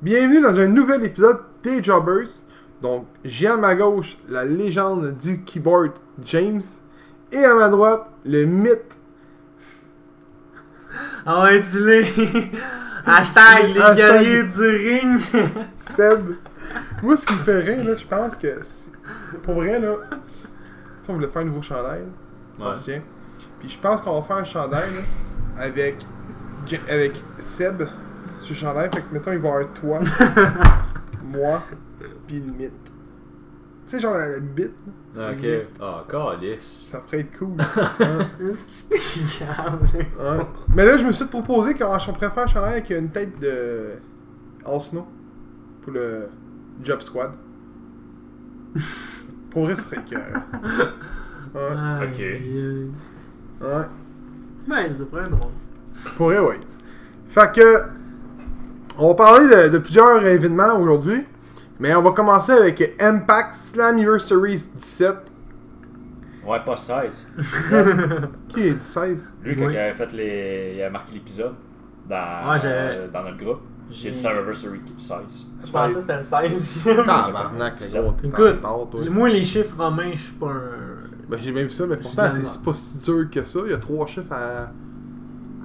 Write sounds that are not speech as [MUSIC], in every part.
Bienvenue dans un nouvel épisode des Jobbers. Donc, j'ai à ma gauche la légende du keyboard James et à ma droite le mythe. On va [LAUGHS] utiliser Ah hashtag les Hashtag. guerriers du [LAUGHS] ring. Seb. Moi, ce qui me ferait, là, je pense que. si- Pour vrai, là. Tu sais, on voulait faire un nouveau chandail, là, Ouais. ancien. Puis je pense qu'on va faire un chandail, là, avec. Ja- Avec Seb sur le chandail. Fait que, mettons, il va y avoir toi, moi, puis le mythe. Tu sais, genre la bite, Ok. Mmh. Ah, calice. ça ferait être cool. Hein? C'est grave. Ouais. Mais là, je me suis proposé qu'on on pourrait faire un chandail avec une tête de. En snow. Pour le Job Squad. [LAUGHS] pour vrai, ce serait que. Ouais. Ok. Ouais. Mais c'est pas [LAUGHS] drôle. Pour vrai, oui. Fait que. On va parler de, de plusieurs événements aujourd'hui. Mais on va commencer avec Impact Slammiversary 17. [LAUGHS] Ouais, pas 16. Qui est 16 Lui, quand Oui. il avait fait les. Il a marqué l'épisode dans, euh, Ouais, j'avais- dans notre groupe. J'ai dit Surversary 16. Je pensais que c'était le Ah, 16e. Tabarnak, Ça. gros, t'es Écoute, en retard, ben. toi. moi les chiffres romains, je suis pas un. Ben, j'ai bien vu ça, mais pourtant, c'est Finalement. c'est pas si dur que ça. Il y a trois chiffres à,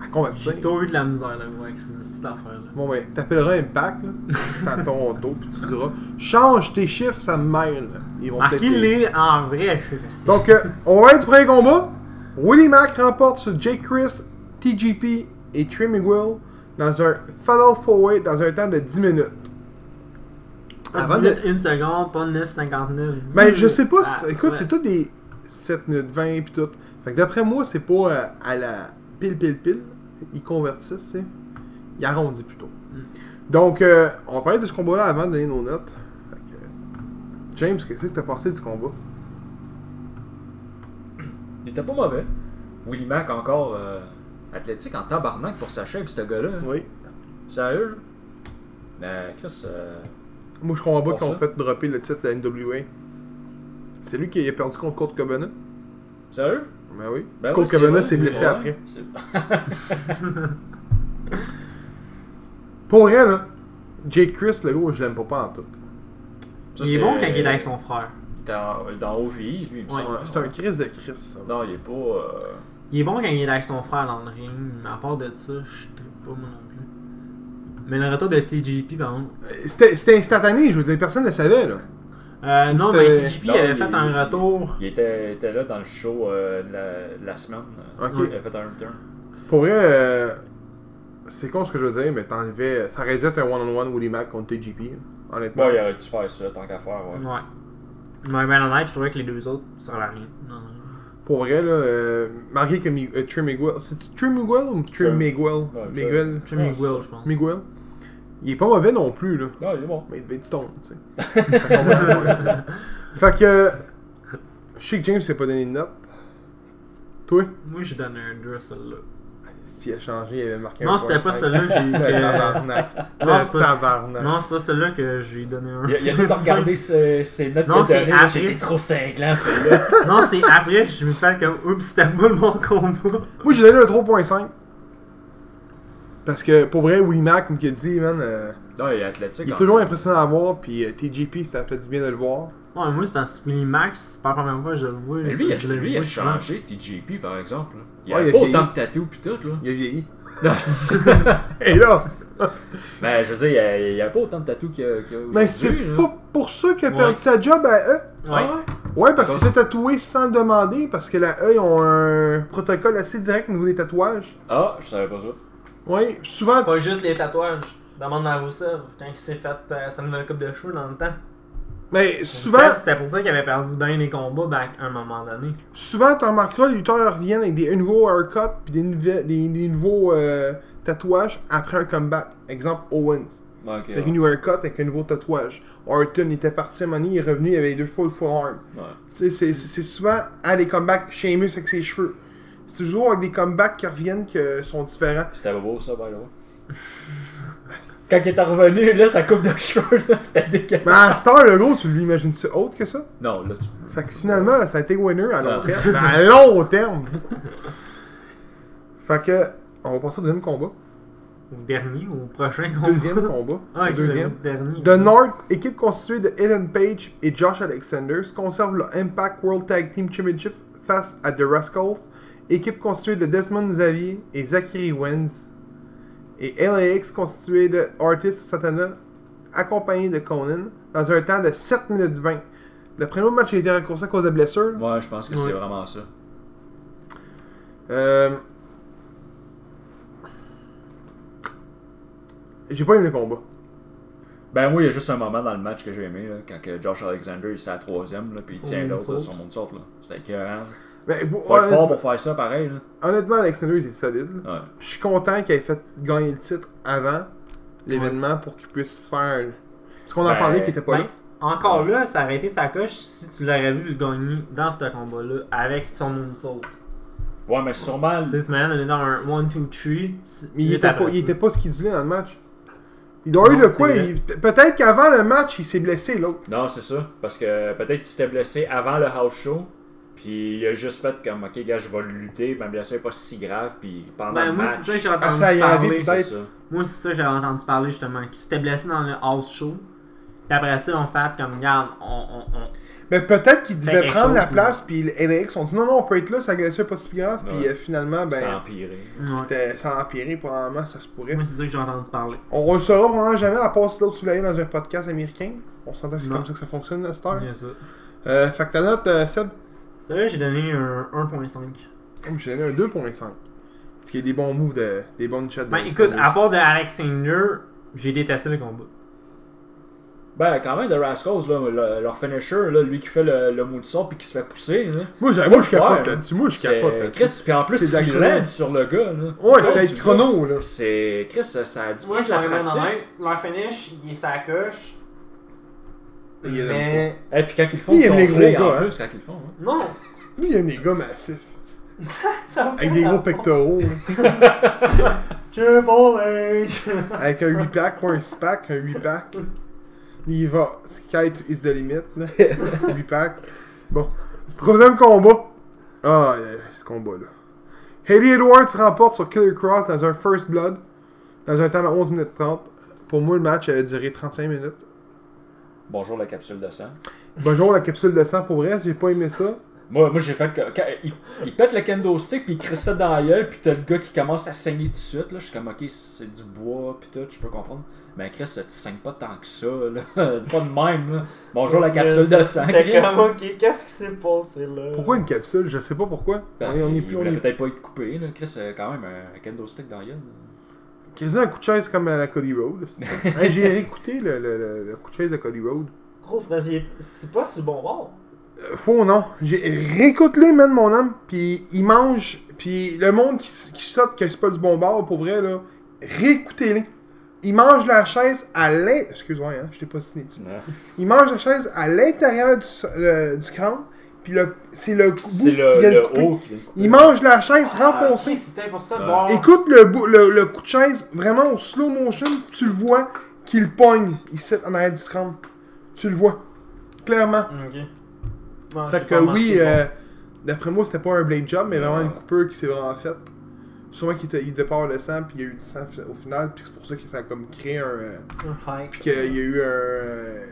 à combattre. J'ai toujours eu de la misère là, moi, avec ces petites affaires là. Bon, ben, t'appelleras Impact, là. C'est à ton [LAUGHS] dos, puis tu diras Change tes chiffres, ça me mêle. Ils vont peut-être. t'aider. Marquez-les en vrai, je sais pas. Donc, euh, on va être du premier combat. Willie Mack remporte sur Jake Chris, TGP et Trey Miguel dans un Fatal 4-Way dans un temps de 10 minutes. avant Avant de- minutes, une seconde, pas 9,59. dix Ben, je sais pas, minutes. si- Ah, écoute, ouais. c'est tout des 7 minutes 20 pis tout. Fait que d'après moi, c'est pas euh, à la pile pile pile. Ils convertissent, tu sais. Ils arrondissent plutôt. Hmm. Donc, euh, on va parler de ce combat-là avant de donner nos notes. Fait que, euh, James, qu'est-ce que t'as pensé du combat Il était pas mauvais. Willy Mac encore euh, athlétique en tabarnak pour sa shape, ce gars-là. Oui. Sérieux, là? Mais Chris, euh, Moi, je comprends pas Pour qu'ils ont ça. fait dropper le titre de la NWA. C'est lui qui a perdu contre Kurt Cabana. sérieux? Ben oui. Ben Kurt oui, c'est Cabana vrai. s'est blessé Ouais, après. c'est- Pour vrai, là, Jake Chris, le gros, je l'aime pas, pas en tout. Ça, Il est c'est- bon quand il est avec son frère. Il est en- il est dans OVI, lui, il me Ouais. semble. C'est un Chris de Chris, ça. Non, il est pas. euh, Il est bon quand il est avec son frère dans le ring, mais à part de ça, je trippe pas moi non plus. Mais le retour de TGP, par contre. Euh, C'était c'était instantané, je veux dire, personne ne le savait, là. Euh, non, C'était- mais TGP Non, avait il- fait un retour. Il était, il était là dans le show euh, de la, de la semaine. euh, Ok. Il a fait un return. Pour vrai, euh, c'est con ce que je veux dire, mais t'enlevais. Ça aurait dû être un one-on-one Willie Mack contre TGP, là, honnêtement. Bon, il aurait dû faire ça tant qu'à faire, ouais. Ouais. Mais ben honnête, je trouvais que les deux autres, ça servait à rien. Non, non. Pour vrai, là, euh, marié que Mi- euh, Trey Miguel. C'est-tu Trey Miguel ou Trey Trey. Miguel Ouais, Trey. Miguel. Jimmy Ouais, Will, je pense. Miguel. Il est pas mauvais non plus, là. Non, il est bon. Mais il devait être stone, tu sais. Fait qu'on va- fait que. Je sais que James s'est pas donné de note. Toi Moi, je donne un 2 à celle-là. S'il a changé, il avait marqué un Non, c'était point pas cinq. celui-là [LAUGHS] j'ai- Le que. tabarnak. Non, Le c'est pas- tabarnak. Non, c'est pas celui-là que j'ai donné un. Il a, il [LAUGHS] a tout regardé ses, ses notes Non, qu'il a c'est données. après. J'étais trop cinglant, [LAUGHS] celui-là. [LAUGHS] non, c'est après, je me fais comme oups, c'était pas mon combat. Moi, j'ai donné un 3.5. Parce que pour vrai, Willie Mack, comme qu'il a dit, man, euh, non, il est athlétique. il est en- toujours impressionnant à voir. Puis euh, TGP, ça fait du bien de le voir. Ouais, moi, c'est parce que les Max, c'est pas la première fois que je le vois. Mais lui, il a, je le lui, il a vois souvent. changé TJP, par exemple. là. Il Ouais, a il a pas vieilli. autant de tatous pis tout, là. [LAUGHS] Il a vieilli. Non, c'est- [LAUGHS] Et là, ben, je veux dire, il a, il a pas autant de tatous qu'il y a, qu'il y a mais c'est aujourd'hui, là. pas pour ça qu'il a Ouais. perdu sa job à eux. Ouais, ouais. Ouais, parce qu'il D'accord. s'est tatoué sans demander. Parce que la E, ils ont un protocole assez direct au niveau des tatouages. Ah, je savais pas ça. Ouais, souvent. Pas tu- juste les tatouages. Demande à Rousseff quand il s'est fait euh, sa nouvelle coupe de cheveux dans le temps. Mais souvent, Rousseff, C'était pour ça qu'il avait perdu bien les combats ben, à un moment donné. souvent, tu remarqueras, les lutteurs reviennent avec des nouveaux haircuts. Puis des, nouvel- des- des nouveaux euh, tatouages après un comeback. Exemple, Owens. Ouais, Ben, ok, Avec ouais. une nouvelle cut, avec un nouveau tatouage. Orton était parti à un moment donné, il est revenu, il avait les deux fois le forearm. Ouais. Tu sais, c'est- c'est c'est souvent à les comebacks Sheamus avec ses cheveux. C'est toujours avec des comebacks qui reviennent que sont différents. C'était beau, ça, by the way. Quand il est revenu, là, sa coupe de [LAUGHS] cheveux, là, c'était Mais dégueulasse. à Star, le gros, tu l'imagines-tu autre que ça? Non, là, tu Fait que finalement, ça a été winner à long Ah. terme. Mais à long terme, beaucoup. Fait que, on va passer au deuxième combat. Au dernier, au prochain combat. Deuxième combat. Ah, ok, deuxième. au dernier. The North, équipe constituée de Ellen Page et Josh Alexander, se conserve le Impact World Tag Team Championship face à The Rascals, équipe constituée de Desmond Xavier et Zachary Wenz, et LAX constituée de Artis Satana, accompagné de Conan, dans un temps de 7 minutes 20. Le premier match a été raccourci à cause de blessures. Ouais, je pense que Ouais. c'est vraiment ça. Euh, J'ai pas aimé le combat. Ben oui, il y a juste un moment dans le match que j'ai aimé, là, quand que Josh Alexander il est à la troisième, là, puis il Son tient l'autre, là, moonsault. son moonsault. là. C'était écœurant. Mais, bon, Faut être fort ben. honnêtement, pour faire ça pareil. Là. honnêtement, Alexander était solide. là. Ouais. Je suis content qu'il ait fait gagner le titre avant l'événement pour qu'il puisse faire. Parce qu'on en Ben, parlait qu'il était pas Ben, encore là, ça aurait été sa coche si tu l'aurais vu le gagner dans ce combat-là avec son moonsault. ouais, mais sûrement. Tu sais, ce man, on est dans un 1, 2, 3. Mais il était, pas, il était pas schedulé dans le match. Il doit Non, eu de c'est quoi vrai. il- Peut-être qu'avant le match, il s'est blessé l'autre. Non, c'est ça. Parce que peut-être qu'il s'était blessé avant le house show, puis il a juste fait comme, ok, gars, je vais le lutter, mais bien sûr, c'est pas si grave, puis pendant Ben, le moi, match. c'est ça que j'ai Ah, entendu ça y est, parler. peut-être. c'est ça. Moi, c'est ça que j'avais entendu parler justement. Qu'il s'était blessé dans le house show. Puis après ça, on fait comme, regarde, on. on, on... Mais peut-être qu'il Fait devait quelque prendre chose, la oui. place, puis les LAX ont dit non, non, on peut être là, ça blessure pas si grave, puis Ouais. euh, finalement, ben, C'est empiré. Ouais. c'était sans empirer, probablement, ça se pourrait. Moi, c'est ça que j'ai entendu parler. On, on le saura probablement jamais, à part si l'autre soulève dans un podcast américain. On s'entend que c'est Non. comme ça que ça fonctionne, à cette heure. Bien ça. Euh, fait que ta note, euh, Seb, Ça, là, j'ai donné un 1.5. Oh, mais j'ai donné un 2.5. Parce qu'il y a des bons moves, de, des bonnes chats. Ben, écoute, à part de Alexander, j'ai détesté le combat. Ben, quand même, The Rascals, là, le- leur finisher, là, lui qui fait le, le moonsault, puis qui se fait pousser, là. Moi, j'ai- moi, je Faut le capote faire. là-dessus. Moi, je C'est capote hein. là-dessus. Chris, puis en plus, C'est de la il chrono. lance sur le gars. Là. Ouais, Là, c'est tu le chrono, là. vois, C'est. Chris, ça, ça a du Moi, de je la l'avais mis en pratique. main. Leur finish, il est sa coche. Il y a Mais. Et puis quand ils le font, Lui, il ils aime sont les gros gelés, en gars, hein. plus, quand ils le font. hein. Non! Lui, il y a des gars massifs. [LAUGHS] Ça va Avec des pas. gros pectoraux, là. Triple H! Avec un 8-pack, pas un 6-pack, un 8-pack. Lui, il va. Sky is the limit, là. [LAUGHS] 8-pack. Bon. Troisième combat. Ah, euh, ce combat-là. Hayley Edwards remporte sur Killer Cross dans un First Blood. Dans un temps de 11 minutes 30. Pour moi, le match a duré 35 minutes. Bonjour la capsule de sang. Bonjour la capsule de sang pour vrai, j'ai pas aimé ça. Moi, moi j'ai fait que. Quand, il, il pète le kendo stick, puis il crisse ça dans la gueule, puis t'as le gars qui commence à saigner tout de suite. Là. Je suis comme, ok, c'est du bois, puis tout, je peux comprendre. Mais Chris, tu saignes pas tant que ça, là. [LAUGHS] pas de même, là. Bonjour la capsule de sang, Chris. Qu'est-ce qui s'est passé là? Pourquoi une capsule Je sais pas pourquoi. Ben, on est, on est il plus. On voulait est... peut-être pas être coupé, là. Chris, euh, quand même, un kendo stick dans la gueule. Quasiment un coup de chaise comme à la Cody Road. [LAUGHS] Hey, j'ai réécouté le, le- le- le coup de chaise de Cody Road. Gros, c'est parce que c'est pas sur le bon bord. Euh, Faux non. J'ai réécoute-les, man, mon homme. Puis il mange. Puis le monde qui, s- qui saute que c'est pas du bon bord pour vrai, là. Réécoutez-les. Il mange la chaise à l'intérieur. Excuse-moi, hein, je t'ai pas signé dessus. là. Il mange la chaise à l'intérieur du, s- euh, du crâne. Puis le- c'est le bout C'est qui vient le, de le couper. haut Ah, qui vient de couper. Il mange la chaise renfoncée. Foncé, c'était pour ça le Ouais. bord. Écoute le, bou- le, le coup de chaise, vraiment en slow motion, tu le vois qu'il pogne ici en arrière du crâne. Tu le vois. Clairement. Ah, Ok. fait que oui, euh, d'après moi, c'était pas un blade job, mais vraiment Non. une coupure qui s'est vraiment faite. Sûrement qu'il était- il départ le sang, puis il y a eu du sang fi- au final, puis c'est pour ça que ça a comme créé un. euh, puis qu'il y a eu un. euh,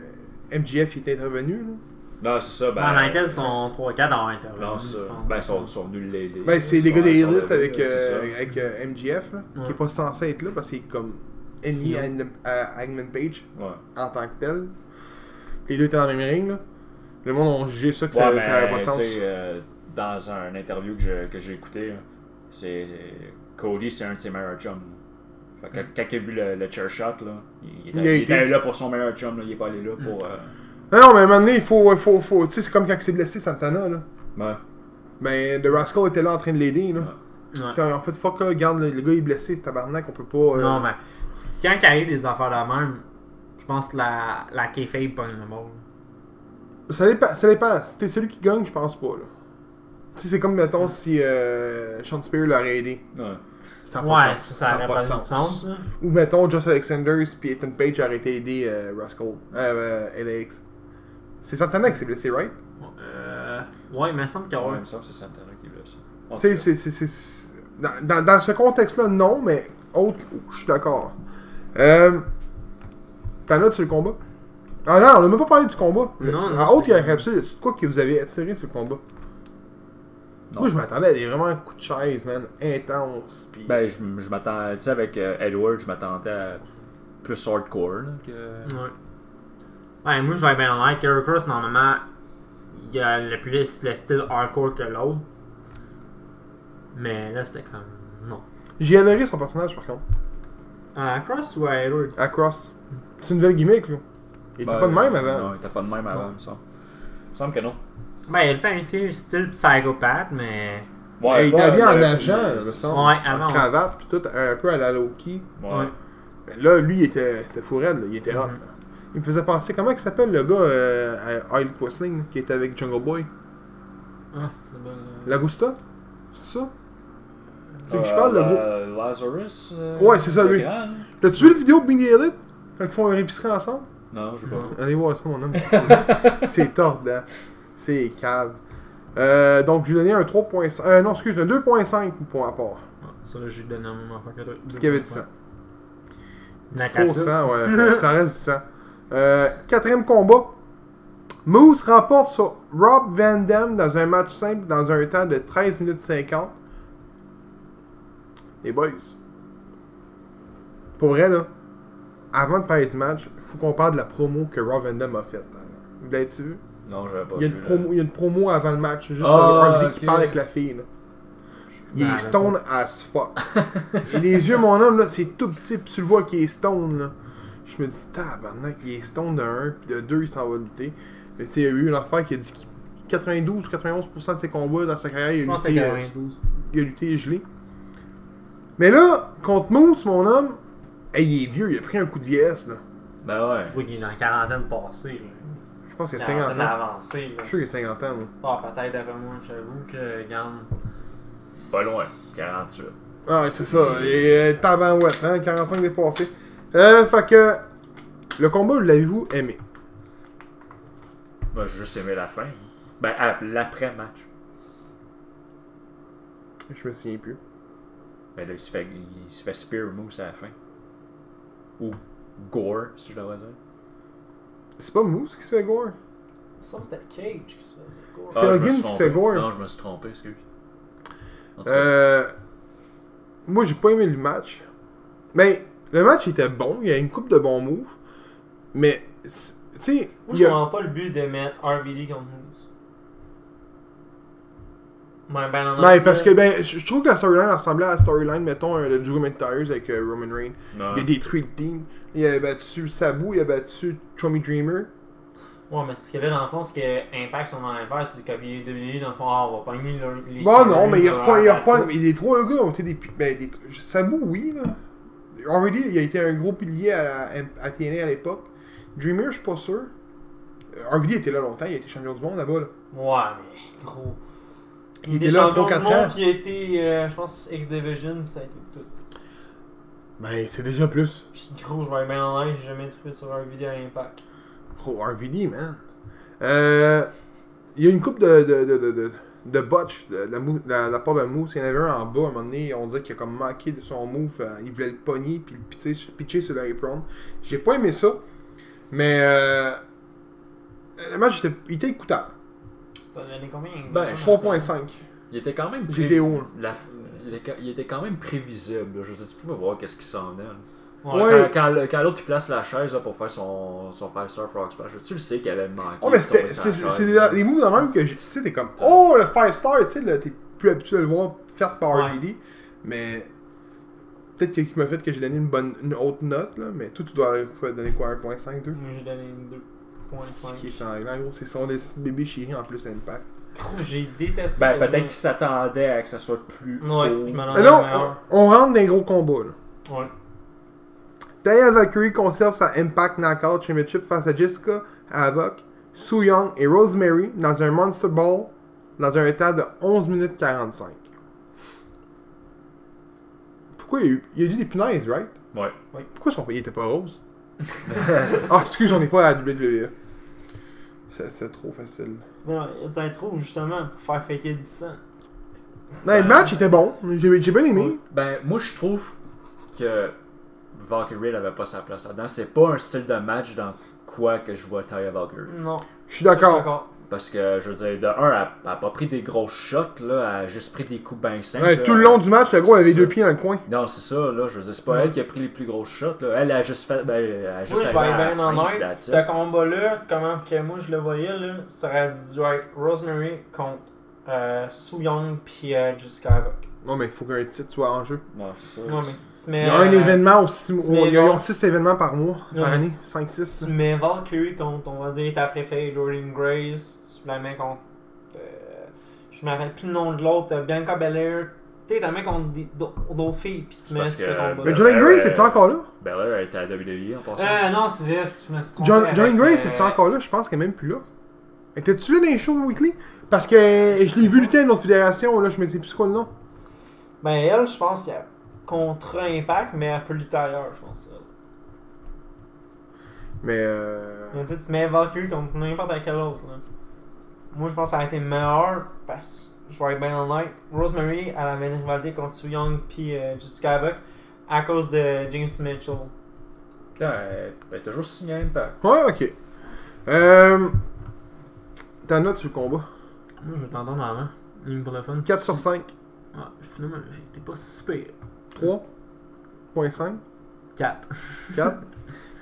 MGF qui était intervenu. Là. Non, c'est ça, ben. Ben, dans ils sont 3-4 en interview. Non, ça. Ben, ils sont, sont venus l'aider. Ben, c'est les Ils gars des sont- ils sont Elite venus, avec, c'est ça. euh, avec euh, MGF, là, qui Ouais. est pas censé être là parce qu'il est comme ennemi à à Hangman Page. Ouais. en tant que tel. Les deux étaient dans le même ring, là. Le monde ont jugé ça que Ouais, ça ben, ça avait pas de tu sens. sais, euh, dans un interview que je- que j'ai écouté, là, c'est Cody, c'est un de ses meilleurs chums. là. Fait que quand il a vu le, le chair shot, là, il, était, Mm. Il a il été- Mm. était allé là pour son meilleur chum, là, il est pas allé là pour. euh, Non, non, mais à un moment donné, il faut. euh, faut, faut tu sais, c'est comme quand c'est blessé Santana, là. ben, Ben, The Rascal était là en train de l'aider, là. Ouais. C'est- En fait, fuck, là, regarde, le, le gars il est blessé, tabarnak, on peut pas. euh, Non, mais quand il arrive des affaires de même, je pense que la, la kayfabe pogne le bord. Ça dépend, ça dépend. Si t'es celui qui gagne, je pense pas, là. Tu sais, c'est comme, mettons, si euh, Sean Spear l'aurait aidé. ouais. Ça a pas Ouais, de sens. ça, ça a aurait pas de sens. là. Ou mettons, Josh Alexanders puis Ethan Page auraient été aidés euh, Rascal. Euh, euh, LAX. C'est Santana qui s'est blessé, right? Euh, ouais, mais il me semble qu'il y a Ouais, il un me semble que c'est Santana qui est là. ça. En Tu sais, tout cas. c'est- c'est- c'est- c'est- Dans, dans- dans ce contexte-là, non, mais autre. que- Ouh, je suis d'accord. Euh. T'en as-tu le combat Ah non, on n'a même pas parlé du combat. Le- Non, tu- non, en autre c'est- qu'il y a capsule, c'est quoi qui vous avait attiré sur le combat Non. Moi, je m'attendais à des vraiment coups de chaise, man. Intense. Pis... Ben, je, m- je m'attends, tu sais, avec euh, Edward, je m'attendais à plus hardcore. Là, que... Ouais. Ouais, moi, je vais bien en l'air. Kerry Cross, normalement, il a le plus le style hardcore que l'autre. Mais là, c'était comme. Non. J'ai adoré son personnage, par contre. À Cross ou à Edwards À Cross. C'est une nouvelle gimmick, là. Il était Ben, pas de même avant. Non, il était pas de même avant, il me semble. Il me semble que non. Ben, il a tout le temps été style psychopathe, mais. Eh, il était ouais, ben, habillé en le- agent, le- là, me semble. Ouais, En avant. ouais. cravate, pis tout, un peu à la Loki. Ouais. Ouais. Ben Là, lui, il était, c'était fou raide, là. il était hot. Mhm. là. Il me faisait penser, comment il s'appelle le gars euh, à Oil Wrestling, qui était avec Jungle Boy Ah, c'est bon. là. Lagusta C'est ça Tu sais que je Euh, parle, le gros. la- Lazarus. euh, Ouais, c'est ça, le lui. grand, là. T'as-tu vu la vidéo de Mini Elite Quand ils font un épicerie ensemble Non, je sais pas. Allez voir ça, mon homme. C'est tordant. C'est cave. Euh, donc, je lui ai donné un 3.5. euh, non, excuse, un 2.5 pour rapport. Ouais, Ça, là, j'ai donné un moment. Fait que toi, Parce qu'il y avait du sang. Du La faux capsule. sang, [LAUGHS] ouais. ça reste du sang. Euh, quatrième combat. Moose remporte sur Rob Van Dam dans un match simple dans un temps de 13 minutes 50. Les boys. Pour vrai, là, avant de parler du match, faut qu'on parle de la promo que Rob Van Dam a faite. Vous l'avez-tu vu? Non, j'avais pas. Il y, a une vu, là. promo, il y a une promo avant le match, juste Ah, avec Harvey qui ok. parle avec la fille. là. Il Ben, est stone as fuck. [LAUGHS] Et les yeux, mon homme, là, c'est tout petit, puis tu le vois qu'il est stone. Là. Je me dis, tabarnak, il est stone de 1, puis de 2, il s'en va lutter. Mais tu sais, il y a eu une affaire qui a dit que 92 91% de ses combats dans sa carrière, Je il a pense que c'était lutté, euh, 92. il a lutté gelé. Mais là, contre Moose, mon homme, hey, il est vieux, il a pris un coup de vieillesse. Là. Ben ouais. Oui, il est dans la quarantaine passée. là. Je pense qu'il a 50 Quarantaine ans. avancée. là. Je suis sûr qu'il a 50 ans. moi. Ah, peut-être d'après moi, j'avoue que, regarde. Pas loin. 48. Ah, ouais, c'est ça. Et euh, tabarouette, hein, 45 dépassé. Euh, fait que. Le combat, vous l'avez-vous aimé Ben, j'ai juste aimé la fin. Ben, à- l'après-match. Je me souviens plus. Ben là, il se fait, il se fait spear moose à la fin. Ou gore, si je devrais dire. C'est pas Moose qui se fait gore Ça, c'était Cage. ça, c'est cool. C'est Ah, je me Hogan suis qui se trompé. fait gore. Non, je me suis trompé, excuse. En tout cas, Euh. Moi, j'ai pas aimé le match. Mais le match était bon. Il y a une coupe de bons moves. Mais. c'est- Tu sais. Moi, il je y a- comprends pas le but de mettre RVD contre Moose. Ouais, ben, non, non, Ouais, parce que ben, je je trouve que la storyline ressemblait à la storyline, mettons, euh, de Drew McIntyre avec euh, Roman Reigns. non. Il a détruit le team. Il a battu Sabu, il a battu Tommy Dreamer. Ouais, mais c'est parce que là, dans le fond, ce que Impact sont dans l'inverse, c'est que WWE, dans le fond, ah, on va pogner leur- les. Bon, Bah non, mais il leur reprend, il attaque. reprend. Mais les trois gars ont été des. pi- Ben, des je- Sabu, oui, là. Already, il a été un gros pilier à, à, à TNA à l'époque. Dreamer, je suis pas sûr. Euh, RVD était là longtemps, il a été champion du monde là-bas. Là. Ouais, mais gros. Il était là en champion 3-4 du monde, ans. Puis il a été, euh, je pense, X-Division, puis ça a été tout. Ben, c'est déjà plus. Puis gros, je vais être bien en l'air, j'ai jamais trouvé sur RVD à Impact. Oh, RVD, man. Euh, il y a une coupe de, de, de, de, de, de botch de, de la, mou- de la, de la part de Moose. Il y en avait un en bas à un moment donné. On disait qu'il a comme manqué de son move. euh, il voulait le pogner puis le pitcher, pitcher sur l'apron. J'ai pas aimé ça. Mais euh, le match était, il était écoutable. T'en as donné combien Ben, je 3.5. Il était quand même J'étais haut. là. la- il était- Il était quand même prévisible. là. Je sais, tu pouvais voir qu'est-ce qui s'en est. là. Ouais. Ouais. Quand, quand le- quand l'autre il place la chaise là, pour faire son, son Five Star Frog Splash, tu le sais qu'elle allait manquer. Oh, mais de c'était tomber sur c'est la c'est- chaise. c'est des des moves de même que j'ai- tu sais, t'es comme Oh, le 5 star, tu sais, là, t'es plus habitué à le voir faire par Ouais. RVD, mais peut-être qu'il m'a fait que j'ai donné une bonne une haute note, là, mais toi, tu dois aller- faut donner quoi, 1.5, 2 Moi, j'ai donné une Ce qui est 2.5. sanglant, gros, c'est son petit bébé chéri en plus, Impact. Gros, J'ai détesté. Ben, quasiment. peut-être qu'il s'attendait à que ça soit plus. haut. Ouais, je m'en Là, meilleur. on, on rentre dans un gros combat, là. Oh. Ouais. Taya Valkyrie conserve sa Impact Knockout Championship face à Jessica Havoc, Sue Young et Rosemary dans un Monster Ball dans un temps de 11 minutes 45. Pourquoi il y a eu, il y a eu des punaises, right? Ouais. Pourquoi son pays était pas [LAUGHS] rose? Ah, excuse, on n'est pas à la WWE. C'est c'est trop facile. Ben, Non, il y a des intros justement pour faire faker du sang. Non, le match était bon. J'ai j'ai bien aimé. Ben, moi, je trouve que Valkyrie n'avait pas sa place là-dedans. C'est pas un style de match dans quoi que je vois Taya Valkyrie. Non. Je suis d'accord. Parce que, je veux dire, de un, elle n'a pas pris des gros shots, là, elle a juste pris des coups bien simples. Ouais, là. tout le long du match, le gros C'est avait ça. deux pieds dans le coin. Non, c'est ça, là, je veux dire, c'est pas Ouais. elle qui a pris les plus gros shots, là. Elle a juste fait. Ben, elle a juste Moi, je vais arrivé à la être bien fin, honnête. that's it. Ce combat-là, comment que moi je le voyais, là, ça aurait dû être Rosemary contre euh, Soo Young puis euh, Jessica Havoc. Non, mais il faut qu'un titre soit en jeu. Non, c'est ça. Ouais, mais tu mets, Il y a un euh, événement ou six mois. mais Ils ont non. six événements par mois, par Ouais. année. Cinq, six. Tu mets Valkyrie contre, on va dire, ta préférée, Jordan Grace. Tu la mets contre. euh, je me rappelle plus le nom de l'autre, euh, Bianca Belair. Tu sais, tu la mets contre des- d'autres d'autres filles, puis tu C'est mets parce ce que- combat-là. Mais Jolene Euh, Grey, c'est-tu encore là? Belair, Ben elle était à WWE en passant. Euh, non, c'est vrai, je me suis trompé. John, avec, Jolene euh, Grey, c'est-tu encore là? Je pense qu'elle est même plus là. Étais-tu là dans les shows weekly? Parce que euh, je l'ai vu lutter à une autre fédération, là, je me sais plus c'est quoi le nom. Ben, elle, je pense qu'elle a contre Impact, mais elle peut lutter ailleurs, je pense. elle. Mais euh... Mais tu sais, tu mets Valkyrie contre n'importe quel autre. Là. Moi, je pense que ça a été meilleur parce que je vais être bien honnête. Rosemary, elle avait une rivalité contre Sue Young puis euh, Jessica Havoc à cause de James Mitchell. Putain, elle, ben, elle est toujours signée à Impact. Ouais, ok. Euh... Ta note sur le combat? Moi, je vais t'entendre avant. Ligne pour le fun. 4 sur 5. Ah, finalement, j'étais pas si pire. 3.5. 4. [LAUGHS] 4.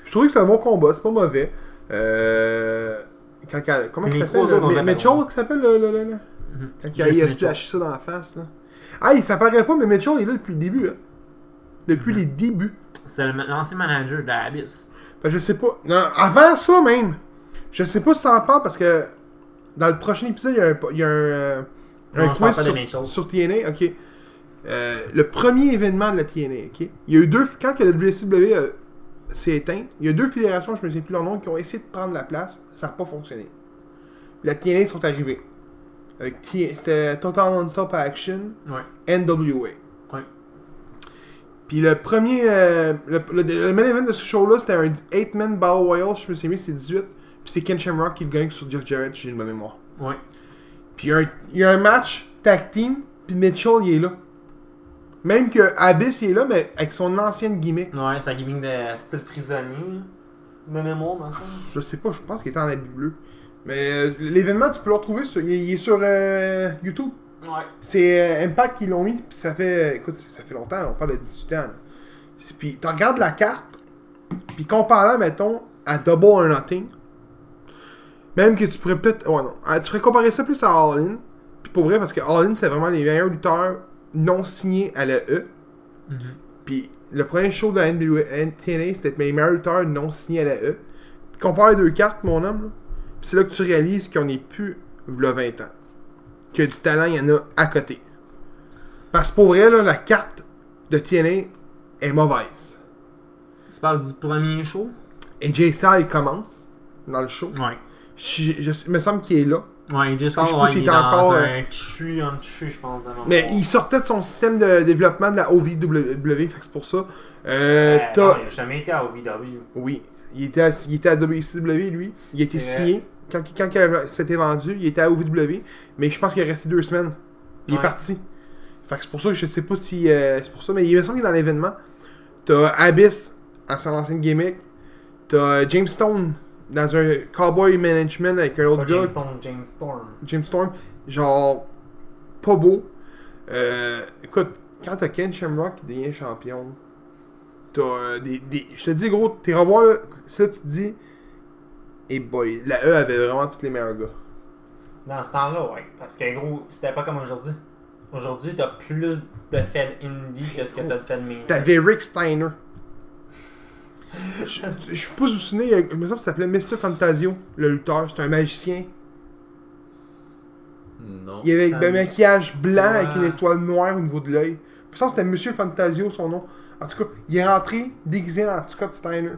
je trouvais que c'était un bon combat, c'est pas mauvais. Euh... Quand, qu'elle- comment Mais il les s'appelle? trois là? autres ont Mais- jamais Mitchell, qui s'appelle le... le, le, le... [LAUGHS] Quand il a, il a splashé ça dans la face, là. Ah, il s'apparaît pas, mais Mitchell est là depuis le début, hein. Depuis Mhm. les débuts. C'est l'ancien manager d'Abyss. Ben, je sais pas. Non, avant ça, même. Je sais pas si t'en parles parce que dans le prochain épisode, il y a un, il y a un, euh, un Non, je parle quiz pas de sur, Mitchell. sur TNA. Ok. Euh, le premier événement de la TNA. Ok. Il y a eu deux. Quand que la WCW euh, s'est éteinte, il y a deux fédérations, je me souviens plus leur nom, qui ont essayé de prendre la place. Ça n'a pas fonctionné. La TNA sont arrivés. Avec T- C'était Total Non-Stop Action, Ouais. NWA. Ouais. Puis le premier. euh, le, le- le main event de ce show-là, c'était un 8-man Battle Royale, je me souviens, c'est 18. Puis c'est Ken Shamrock qui le gagne sur Jeff Jarrett, si j'ai une bonne mémoire. Ouais. Puis il y a un- il y, a un match tag team, puis Mitchell, il est là. Même que Abyss, il est là, mais avec son ancienne gimmick. Ouais, sa gimmick de style prisonnier. là. De mémoire, ma soeur. Je sais pas, je pense qu'il était en habit bleu. Mais euh, l'événement, tu peux le retrouver, sur, il, il est sur euh, YouTube. Ouais. C'est euh, Impact qui l'ont mis, puis ça fait. Écoute, ça fait longtemps, on parle de 18 ans. là. C'est- Puis tu regardes la carte, puis compare-la, mettons, à Double or Nothing. Même que tu pourrais peut-être. Ouais, non. Ah, Tu pourrais comparer ça plus à All In. Puis pour vrai, parce que All In, c'est vraiment les meilleurs lutteurs non signés à la E. Puis le premier show de la NWA TNA, c'était mes meilleurs lutteurs non signés à la E. Compare les deux cartes, mon homme. là. Puis c'est là que tu réalises qu'on n'est plus le 20 ans. Que du talent, il y en a à côté. Parce que pour vrai, là, la carte de TNA est mauvaise. Tu parles du premier show? Et Jay Styles commence dans le show. Ouais. Je, je- il me semble qu'il est là. Ouais, Jay Star, Je sais pas ouais, s'il il est était dans encore, euh, un tchu, un tchu, je pense, de mémoire. Mais il sortait de son système de développement de la OVW, fait que c'est pour ça. Euh, Euh, t'as- non, il a jamais été à OVW. Oui. Il était, à, il était à WCW, lui. Il a été C'est signé. Quand, quand il s'était vendu, il était à OVW. Mais je pense qu'il est resté deux semaines. Il est Ouais. parti. Fait que c'est pour ça que je sais pas si. euh, c'est pour ça, mais il me semble qu'il est dans l'événement. T'as Abyss à son ancienne gimmick. T'as James Stone dans un cowboy management avec un autre Pas gars. James Storm, James Storm. James Storm, genre, pas beau. Euh, écoute, quand t'as Ken Shamrock qui devient champion, t'as euh, des, des- Je te dis, gros, t'es revoir, là, ça, tu te dis, et boy, la E avait vraiment tous les meilleurs gars. Dans ce temps-là, ouais. Parce que gros, c'était pas comme aujourd'hui. Aujourd'hui, t'as plus de Fed indie que ce que t'as de Fed main. T'avais Rick Steiner. [LAUGHS] Je je suis pas souvenu, il me semble qu'il s'appelait Mr. Fantasio, le lutteur, c'est un magicien. Non. Il avait Ah, un maquillage blanc avec une ouais. étoile noire au niveau de l'œil. Il me semble que c'était Monsieur Fantasio son nom. En tout cas, il est rentré déguisé en Scott Steiner.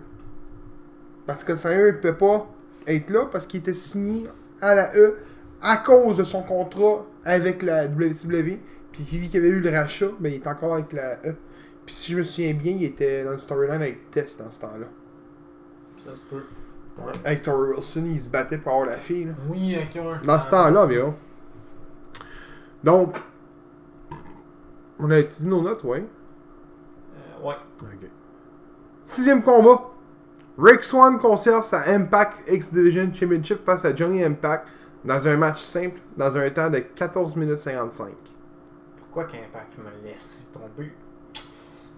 Parce que Scott Steiner ne peut pas être là parce qu'il était signé à la E à cause de son contrat avec la WCW. Puis vu qu'il avait eu le rachat, ben, il est encore avec la E. Puis si je me souviens bien, il était dans une storyline avec Tess dans ce temps-là. Ça se peut. Avec Tori Wilson, il se battait pour avoir la fille. là. Oui, euh, ok, ouais. Dans ce temps-là, Euh, oh. environ. Donc, on a dit nos notes, ouais. Euh, ouais. Ok. Sixième combat. Rick Swan conserve sa Impact X Division Championship face à Johnny Impact dans un match simple dans un temps de 14 minutes 55. Pourquoi qu'Impact me laisse [LAUGHS] tomber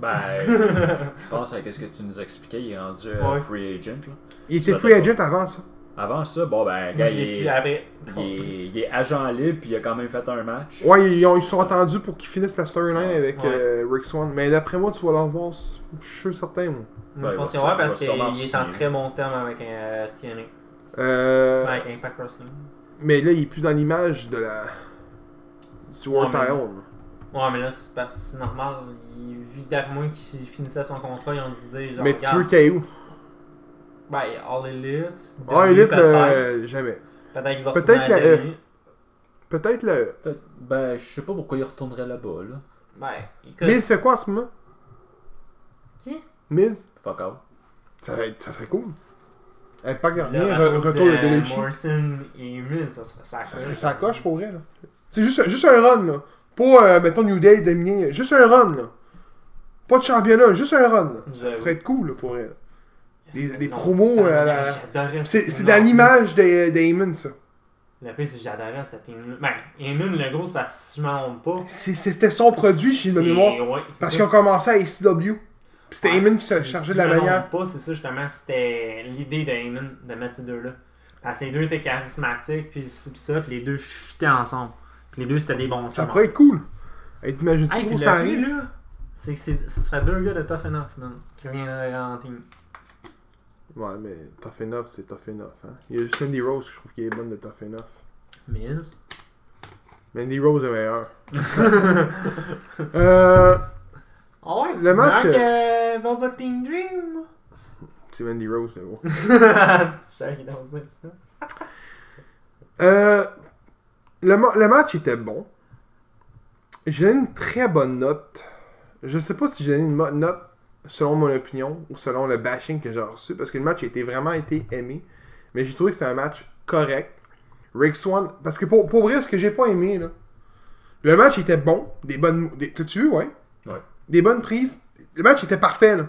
Ben, je pense à ce que tu nous expliquais, il est rendu euh, Ouais. free agent. Là. Il était Ça free fait agent avant ça. Avant ça, bon, ben, Moi, gars, je il l'ai est, su après. il est- il est agent libre, puis il a quand même fait un match. Ouais, ils, ont- ils sont attendus pour qu'ils finissent la storyline avec Ouais. euh, Rick Swan. Mais d'après moi, tu vas leur voir. Je suis certain, moi. Moi, je Ben, pense que il va ouais, sûrement parce qu'il est en signer. très bon terme avec euh, TNA. Euh, Avec Impact Wrestling. Mais là, il est plus dans l'image de la. du War Ouais, mais- Town. Ouais, mais là, c'est parce que c'est normal. Il vit d'après moi qu'il finissait son contrat, ils ont dit genre. Mais tu regarde, veux KO. Ben, All Elite. Ah, WWE, Elite, peut-être. euh, jamais. Peut-être qu'il va peut-être retourner à que, euh, WWE. Peut-être le. Peut-être- Ben, je sais pas pourquoi il retournerait là-bas, là. Ben, écoute. Miz fait quoi en ce moment Qui? Miz Fuck off. Ça, va être- ça serait cool. Eh, Impact Le dernier, re- retour retour de Delucci. Morrison et Miz, ça serait ça. Ça serait sa coche pour elle. C'est juste, juste un run, là. Pas, euh, mettons, New Day, Dominion. Juste un run, là. Pas de championnat, juste un run. là. Ça pourrait être cool, là, pour elle. Des, des promos euh, à la. C'est c'est dans l'image des- d'Heyman, ça. Le pire, c'est que j'adorais cette team-là. Ben, Emin, le gros, c'est parce que je m'en rends pas. C'est- C'était son produit, chez de C'est- mémoire. ouais, c'est Parce ça. qu'ils ont commencé à ACW. Puis c'était Ouais. Heyman qui se Si chargeait je de la me trompe manière. pas, c'est ça justement, c'était l'idée de Heyman de mettre ces deux-là. Parce que les deux étaient charismatiques, puis ci, puis ça, puis les deux fitaient ensemble. Puis les deux, c'était des bons Ça chums. pourrait être cool. Hey, t'imagines-tu Hey, puis gros, le ça pire, arrive? là, c'est que c'est- ce serait deux gars de Tough Enough, man, qui viendraient en team. Ouais, mais Tough Enough, c'est Tough Enough. Hein? Il y a juste Mandy Rose que je trouve qui est bonne de Tough Enough. [LAUGHS] Miz. Mandy Rose est meilleure. euh, Ah ouais, Le match, manque, euh, [LAUGHS] Velveteen Dream. c'est Mandy Rose, c'est gros. c'est cher qu'ils vont dire ça. Euh, le, ma- le match était bon. J'ai donné une très bonne note. Je sais pas si j'ai donné une mo- note selon mon opinion ou selon le bashing que j'ai reçu parce que le match a été vraiment été aimé. Mais j'ai trouvé que c'était un match correct. Rick Swan, parce que pour, pour vrai, ce que j'ai pas aimé, là, le match était bon. Des bonnes. Des, T'as-tu vu, ouais? Ouais. Des bonnes prises. Le match était parfait, là.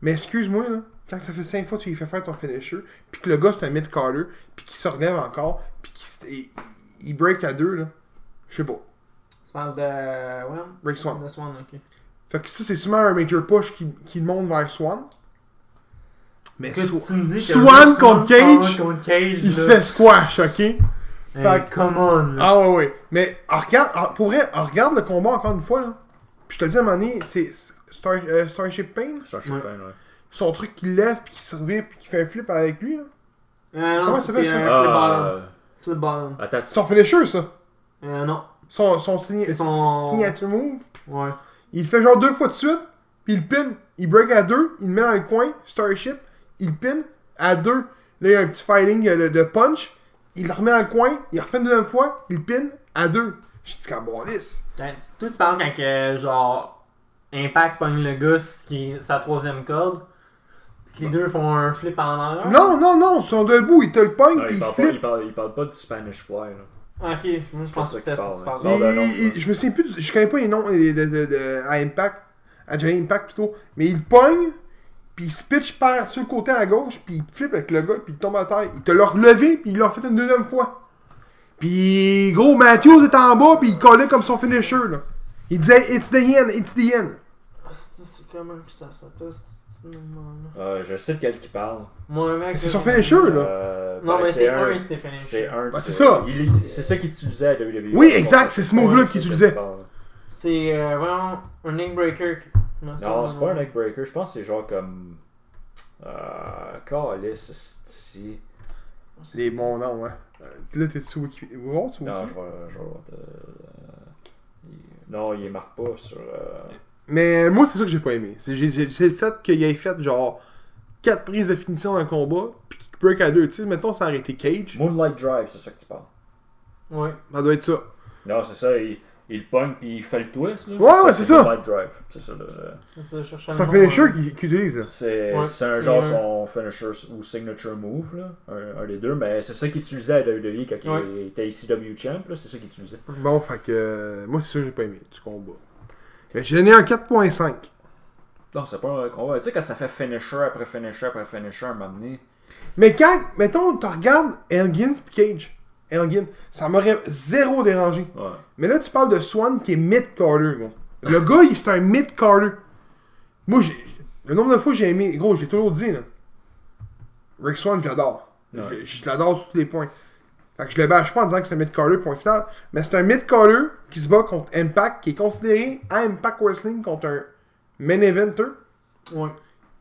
Mais excuse-moi, là, quand ça fait 5 fois que tu lui fais faire ton finisher, puis que le gars c'est un mid-carter, puis qu'il se relève encore, puis qu'il se- il- il break à deux, là, je sais pas. Tu parles de. euh, Ouais, Rick Swan. De Swan, ok. Fait que ça, c'est sûrement un major push qui, qui le monte vers Swan. Mais Que Sw- tu me dis que Swan Rick contre Swan Cage, contre Cage, il se là. fait squash, ok? Hey, Fait que- come on, là. Ah ouais, ouais. Mais ah, regarde, ah, pour vrai, ah, regarde le combat encore une fois, là. Puis je te dis à un moment donné, c'est Star, euh, Starship Pain, Ça, je sais Ouais. pas, ouais. son truc qui lève, puis qui se revient, puis qui fait un flip avec lui, là. Euh, non, Comment c'est ça s'appelle, c'est un ça? flip bottom. Euh, Flip bottom. Attends, ah, tu- Son finisher, ça. Euh, non. Son, son, signa- C'est son. signature move. Ouais. Il le fait genre deux fois de suite, puis il le pin. Il break à deux, il le met dans le coin, Starship, il le pin à deux. Là, il y a un petit fighting euh, de, de punch, il le remet dans le coin, il le refait une deuxième fois, il le pin à deux. J'ai dit, comme bon, lisse. T'as- tu- Ben, Toi, tu parles quand que, genre, Impact pogne le gosse qui est sa troisième corde. Puis les deux font un flip en l'air. Non, non, non, ils sont debout, il te le pogne, non, puis il, il parle pas, il, flippe. parle, il parle pas du Spanish Fly, là. Ah, Ok, moi je pense que c'était ça que tu parle, parlais. hein. ben non, Il- il- ouais. je me souviens plus, du- je connais pas les noms euh, de, de- de- à Impact, à Johnny Impact plutôt, mais il le pogne, puis il se pitch par sur le côté à gauche, puis il flippe avec le gars, puis il tombe à terre. Il te l'a relevé, puis il l'a refait une deuxième fois. Puis gros, Matthews est en bas, puis il collait comme son finisher, là. Il disait « It's the end, it's the end Ah, c'est- C'est comment que ça s'appelle ce petit nom-là? Euh, je sais de quel qui parle. Moi, mec. ». C'est euh, son finisher, là. Euh, Non, ben, mais c'est un de ses finishes. C'est un. Bah, de c'est ses- ça. il- C'est ça qu'il utilisait à WWE. Oui, exact, c'est ce Ouais, move-là c'est qu'il ce que utilisait. tu parles. C'est euh, vraiment un neck breaker. Non, Non, c'est pas un neck breaker. Je pense que c'est genre comme. Euh. Calice, esti. C'est des bons noms, hein. Euh, Là, t'es sur Wiki. voir sur Non, Wiki? je vais. Je vais voir, euh, il- Non, il les marque pas sur. euh, Mais moi, c'est ça que j'ai pas aimé. C'est j'ai- j'ai- c'est le fait qu'il ait fait genre 4 prises de finition dans le combat, puis qu'il break à deux. Tu sais, mettons, ça aurait été Cage. Moonlight Drive, c'est ça que tu parles. Ouais. Ça doit être ça. Non, c'est ça, il, il pogne puis il fait le twist. Là. Ouais, ouais, c'est ça. Moonlight Drive. C'est ça, le- le- C'est ça, je cherchais C'est un nom, finisher euh, qui qui utilise. ça. C'est Ouais, c'est un c'est genre un- son finisher ou signature move, là, un, un des deux, mais c'est ça qu'il utilisait à WWE quand il Ouais. était ICW champ, là, c'est ça qu'il utilisait. Bon, fait que euh, moi, c'est ça que j'ai pas aimé du combat. Fait que J'ai donné un 4.5. Non, c'est pas un combat. Tu sais, quand ça fait finisher après finisher après finisher, à un moment donné, Mais quand, mettons, tu regardes Elgin pis Cage, Elgin, ça m'aurait zéro dérangé. ouais. Mais là, tu parles de Swan qui est mid Carter, gros. Le gars, il c'est un mid Carter. Moi, j'ai- le nombre de fois que j'ai aimé, gros, j'ai toujours dit, là. Rick Swan, je l'adore. Ouais. Je, je l'adore sur tous les points. Fait que je le bâche pas en disant que c'est un mid Carter, point final. Mais c'est un mid Carter qui se bat contre Impact, qui est considéré à Impact Wrestling contre un main eventer. Ouais.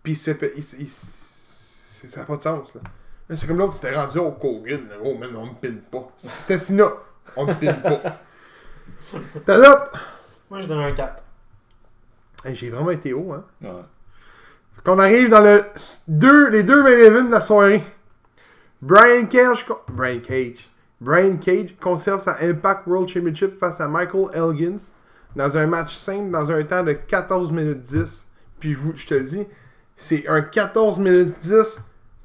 Puis il se fait. Il, il- c'est- ça n'a pas de sens, là. Là, c'est comme l'autre, c'était rendu au Kogan, là. Oh, man, on me pine pas. C'était Sina. On me pine pas. Ta note Moi, je donne un 4. Hey, J'ai vraiment été haut, hein. ouais. Qu'on arrive dans le s- deux, les deux main events de la soirée. Brian Cage. co- Brian Cage. Brian Cage conserve sa Impact World Championship face à Michael Elgins dans un match simple, dans un temps de 14 minutes 10. Puis je, vous- je te le dis, c'est un 14 minutes 10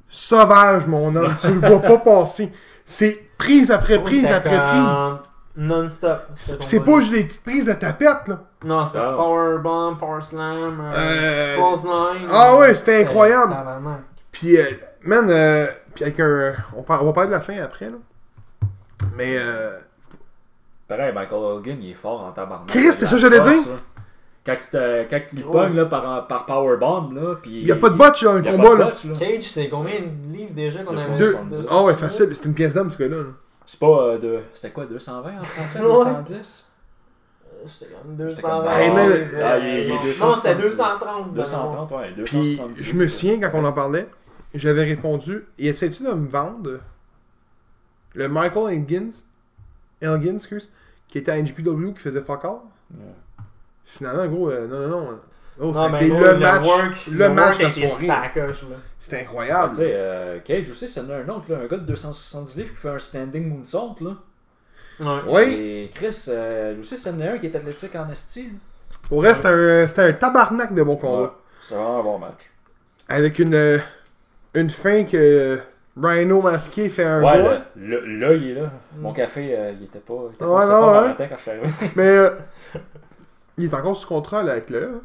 sauvage, mon homme. tu le vois pas passer. C'est prise après prise C'était après prise. comme Non-stop. C'est- C'était C'est ton pas bonus. juste des petites prises de tapette, là. Non, c'était Ah. Powerbomb, Power Slam, euh, Euh, False Nine. ah ouais, c'était incroyable. tabarnak. Puis, euh, man, euh, puis avec un. On, par- on va parler de la fin après, là. Mais, euh, Pareil, Michael Hogan, il est fort en tabarnak. Chris, Il a c'est de ça la que j'allais force, dire. là. Quand il, te- quand il Oh. pogne là, par, par powerbomb, là, puis... il n'y a pas de botch dans le il y a pas combat, de là. botch, là. Cage, c'est combien de livres déjà qu'on Deux avait Deux. Deux. Ah ouais, facile, c'est une pièce d'âme, ce gars-là. là. C'est pas euh, de... C'était quoi, 220 en français? Ouais. 210? Euh, J'étais comme J'étais comme, 220. Hey, mais- ah, il est- il est Non, 270. c'était 230. 230, ouais. 270. Puis, je me souviens, quand on en parlait, j'avais répondu Et essaies-tu de me vendre le Michael Elgins, Elgins, excuse, qui était à NGPW, qui faisait fuck all Ouais. Finalement, gros, euh, non, non, non. Oh, Non, c'était mais le, match. Work, le match work de la avec les soirée. sacoches, là. C'était Ah, incroyable. tu sais, euh, Cage aussi, c'est un autre, là, un gars de 270 livres qui fait un standing moonsault, là. Ouais. oui, Et Chris, euh, lui aussi, c'est un qui est athlétique en esti. là. pour vrai, c'était un, c'était un tabarnak de bon combat. Ouais. C'était vraiment un bon match. Avec une, euh, une fin que Rhino masqué fait un Ouais, bois. là, le- là, il est là. Mon café, euh, il était pas... Il était Ouais, pas, c'est non, pas ouais. matin quand je suis arrivé. Mais euh, il est encore sous contrat là, avec le. hein?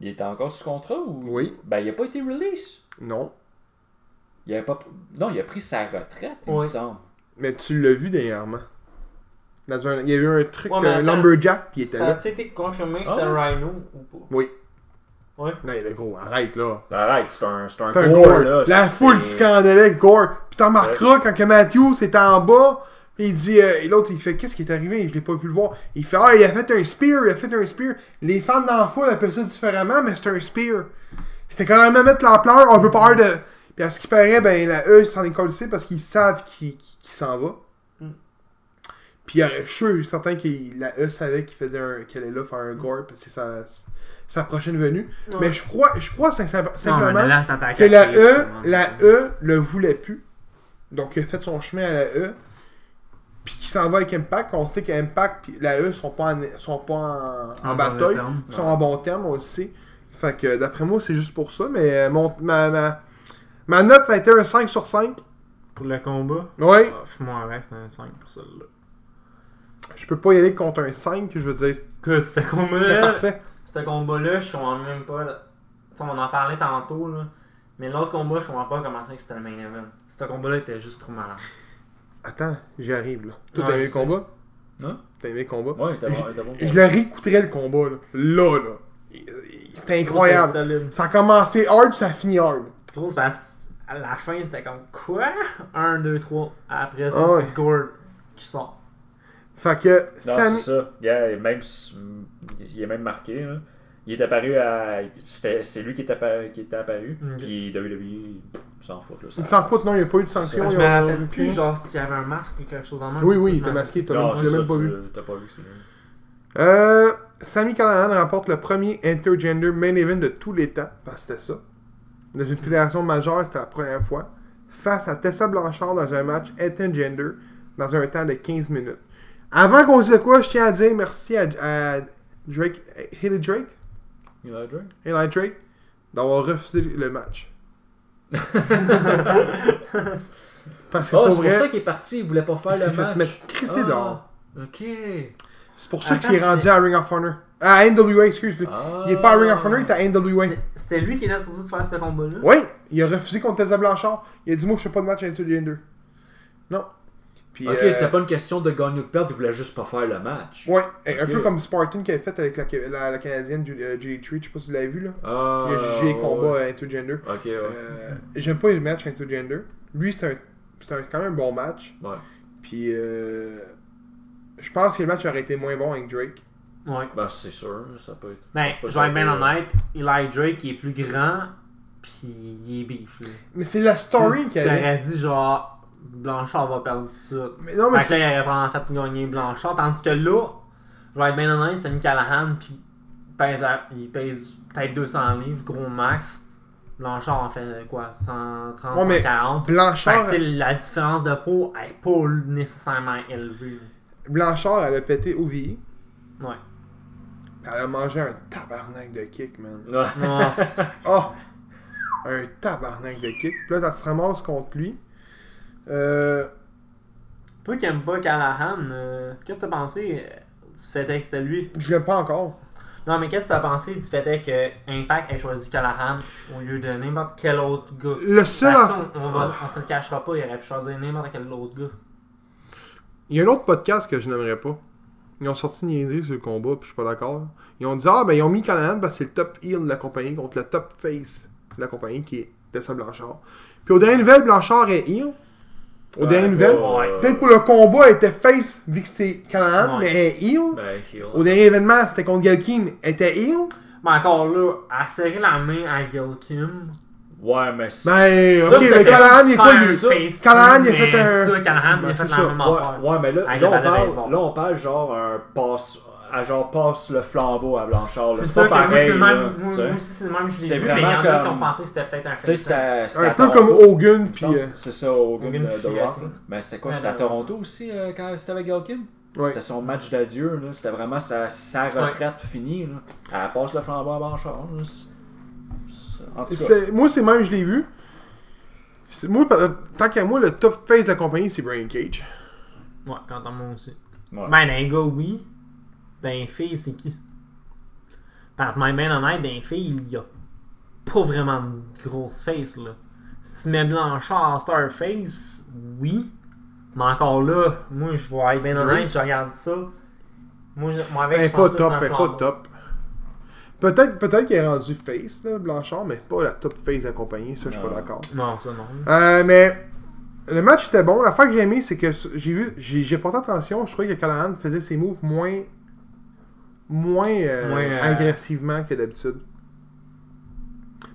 Il était encore sous contrat ou... Oui. Ben, il a pas été release. Non. Il avait pas... Non, il a pris sa retraite, il me Ouais. semble. Mais tu l'as vu dernièrement. Dans un- il y a eu un truc, Ouais, mais un attends. lumberjack, puis il était Ça là. a-tu été confirmé que c'était Ah. Rhino ou pas? Oui. Ouais. Non, il est gros, arrête là. Arrête, c'est un, c'est un, C'est un gore, gore. là. La c'est- foule qui scandalait le gore. Puis t'en remarqueras quand que Matthews était en bas. puis il dit, euh, et l'autre il fait qu'est-ce qui est arrivé, je l'ai pas pu le voir. Il fait, ah, il a fait un spear, il a fait un spear. Les femmes dans la foule appellent ça différemment, mais c'est un spear. C'était quand même à mettre l'ampleur, on veut peur de. Puis à ce qui paraît, ben la eux ils s'en est collés parce qu'ils savent qu'il qu'il- qu'il s'en va. Mm. Puis il y aurait- je suis certain que la E savait qu'il faisait un- qu'elle allait là faire un gore, parce que c'est sa, sa prochaine venue. Ouais. Mais je crois, je crois sincèrement- simplement ça que la E, la E le voulait plus. Donc il a fait son chemin à la E. Puis qui s'en va avec Impact. On sait qu'Impact et la E sont pas en, sont pas E en, en bataille. Ils sont en bon terme, on le sait. Fait que d'après moi, c'est juste pour ça. Mais euh, mon, ma, ma, ma note, ça a été un 5 sur 5. Pour le combat, Oui. moi un reste un 5 pour celle-là. Je peux pas y aller contre un 5. Je veux dire, Que c'était combat c'est parfait. Ce combat-là, je comprends même pas. Là. Tu sais, On en parlait tantôt, là. Mais l'autre combat, je comprends pas comment c'est que c'était le main event. Ce combat-là était juste trop malade. Attends, j'y arrive là. Toi, Ouais, t'as aimé le je sais. combat? Hein? T'as aimé le combat? Ouais, il était bon. il était bon. Je le réécouterais le combat là. Là, là. Il- il- C'était incroyable. C'était solide. Ça a commencé hard puis ça a fini hard. Gros, c'est parce que à la fin, c'était comme quoi 1, 2, 3. Après, Ah ça, ouais. c'est Gord qui sort. Fait que Non, Sami- c'est ça. Il a, même, s- il est même marqué. Là. Il est apparu à. c'était- C'est lui qui est apparu. Qui était apparu Ok. Puis WWE il s'en fout. Là, ça- il s'en fout, non, il n'y a pas eu de sanction. Je il me y a- rappelle plus, genre, s'il y avait un masque ou quelque chose en main. Oui, oui, mais ça, il je était m'en- masqué, t'as Non, même, c'est je l'ai ça, même pas tu- vu. T'as pas vu. c'est- Euh, Sami Callahan remporte le premier intergender main event de tous les temps, parce que c'était ça. Dans une fédération majeure, c'était la première fois. Face à Tessa Blanchard dans un match intergender, dans un temps de 15 minutes. Avant qu'on se dise quoi, je tiens à dire merci à, à Drake, Haley Drake, Il a drink. Haley Drake, d'avoir refusé le [LAUGHS] match. Parce que Ah, pour c'est pour vrai, Ah, ça qu'il est parti. Il voulait pas faire il s'est le fait match. mettre crissé Ah, dehors. Ok. C'est pour ça Attends, qu'il est rendu c'était- à Ring of Honor. À NWA, excuse-moi. Ah. Il est pas à Ring of Honor, il est à NWA. C'était- C'était lui qui était supposé de faire ce combat-là. Oui, il a refusé contre Tessa Blanchard. Il a dit Moi, je fais pas de match Into the Ender. Non. Puis, Ok, euh, c'était pas une question de gagner ou de perdre, il voulait juste pas faire le match. Ouais, un Ok. peu comme Spartan qui avait fait avec la, la- la Canadienne Julie euh, Julie Tree, je sais pas si vous l'avez vu là. Ah, Il a jugé ouais. combat à intergender. Ok, ouais. Euh, J'aime pas les matchs intergender. Lui, c'est un, c'est un- quand même un bon match. Ouais. Puis, euh, je pense que le match aurait été moins bon avec Drake. Ouais. Ben, c'est sûr, ça peut être. Ben, je je pense vais pas euh, être que- bien honnête, Eli Drake il est plus grand, pis il est beef. là. Mais c'est la story Si qu'il Tu y avait. t'aurais dit genre, Blanchard va perdre tout ça. Mais non, mais Fait que là, il aurait pas en fait gagné Blanchard. Tandis que là, je vais être bien honnête, Sammy Callahan, puis il pèse, à- il pèse peut-être 200 livres, gros max. Blanchard en fait euh, quoi, 130, Ouais, mais 140. Fait Blanchard, euh, que, tu sais, la différence de peau elle est pas nécessairement élevée. Blanchard, elle a pété au VI. [LAUGHS] Ouais. Elle a mangé un tabarnak de kick, man. Ouais. Non, Oh! Un tabarnak de kick. Puis là, tu te ramasses contre lui. Euh, Toi qui aimes pas Callahan, euh, qu'est-ce que t'as pensé euh, du fait que c'était lui je l'aime pas encore. Non, mais qu'est-ce que t'as pensé du fait que Impact ait choisi Callahan au lieu de n'importe quel autre gars Le seul. Parce aff- qu'on- on, va- Ah. on se le cachera pas, il aurait pu choisir n'importe quel autre gars. Il y a un autre podcast que je n'aimerais pas. Ils ont sorti niaiser sur le combat, puis je suis pas d'accord. Ils ont dit Ah, ben ils ont mis Callahan parce que c'est le top heel de la compagnie contre le top face de la compagnie qui est Tessa Blanchard. Puis au dernier nouvelles, Blanchard est heel. Au Ouais, dernier nouvelles, ouais. peut-être pour le combat, elle était face vu que c'est Callahan, Ouais. mais elle est heel. Ben, heal. Au dernier événement, c'était contre Galkin, elle était heel. Mais encore là, à serrer la main à Gil Kim. Ouais, mais. c'est- Ben, Ça, ok, c'était mais Callahan, il est pas faire heel. un face Callahan, il a team, fait mais un- ça, Callahan, il Ben, a fait c'est la ça. même affaire. Ouais, ouais, mais là, Avec là, le on ballon de parle, baseball. là, on parle genre un passe. À genre passe le flambeau à Blanchard. là. C'est C'est ça pas que moi, pareil. c'est le là, même. Moi tu moi sais. aussi, c'est le même, je C'est l'ai vu, mais il y en a vraiment qui ont comme- pensé que c'était peut-être un Tu sais, face. team. c'était. c'était Un à peu Toronto. comme Hogan, puis. Il me euh, semble que C'est ça, Hogan Hogan de The puis, Rock. euh, Mais c'était quoi Ouais, C'était à ouais. Toronto aussi euh, quand c'était avec Galkin Ouais. C'était son match d'adieu. là. C'était vraiment sa, sa retraite finie. Là. Elle passe le flambeau à Blanchard. là. C'est- c'est- En tout cas. C'est- Moi, c'est même, je l'ai vu. C'est- Moi, par- tant qu'à moi, le top face de la compagnie, c'est Brian Cage. Ouais, quand on moi aussi. Ouais. Ben, d'un gars, oui. D'un fille, c'est qui Parce que, même bien honnête, d'un fille, il y a pas vraiment de grosse face, là. Si tu mets Blanchard en Starface, oui. Mais encore là, moi, je vois, bien honnête, Grace. je regarde ça. Moi, je- moi avec, Elle est je pense Ben, pas top, plus dans elle est le pas flambeau. top. Peut-être peut qu'elle est rendue face, là, Blanchard, mais pas la top face de la compagnie. Ça, je suis pas Non. d'accord. Non, ça, non. Euh, mais le match était bon. La fois que j'ai aimé, c'est que s- j'ai vu, j'ai j'ai porté attention. Je trouvais que Callahan faisait ses moves moins, moins, euh, Moins, euh, agressivement que d'habitude.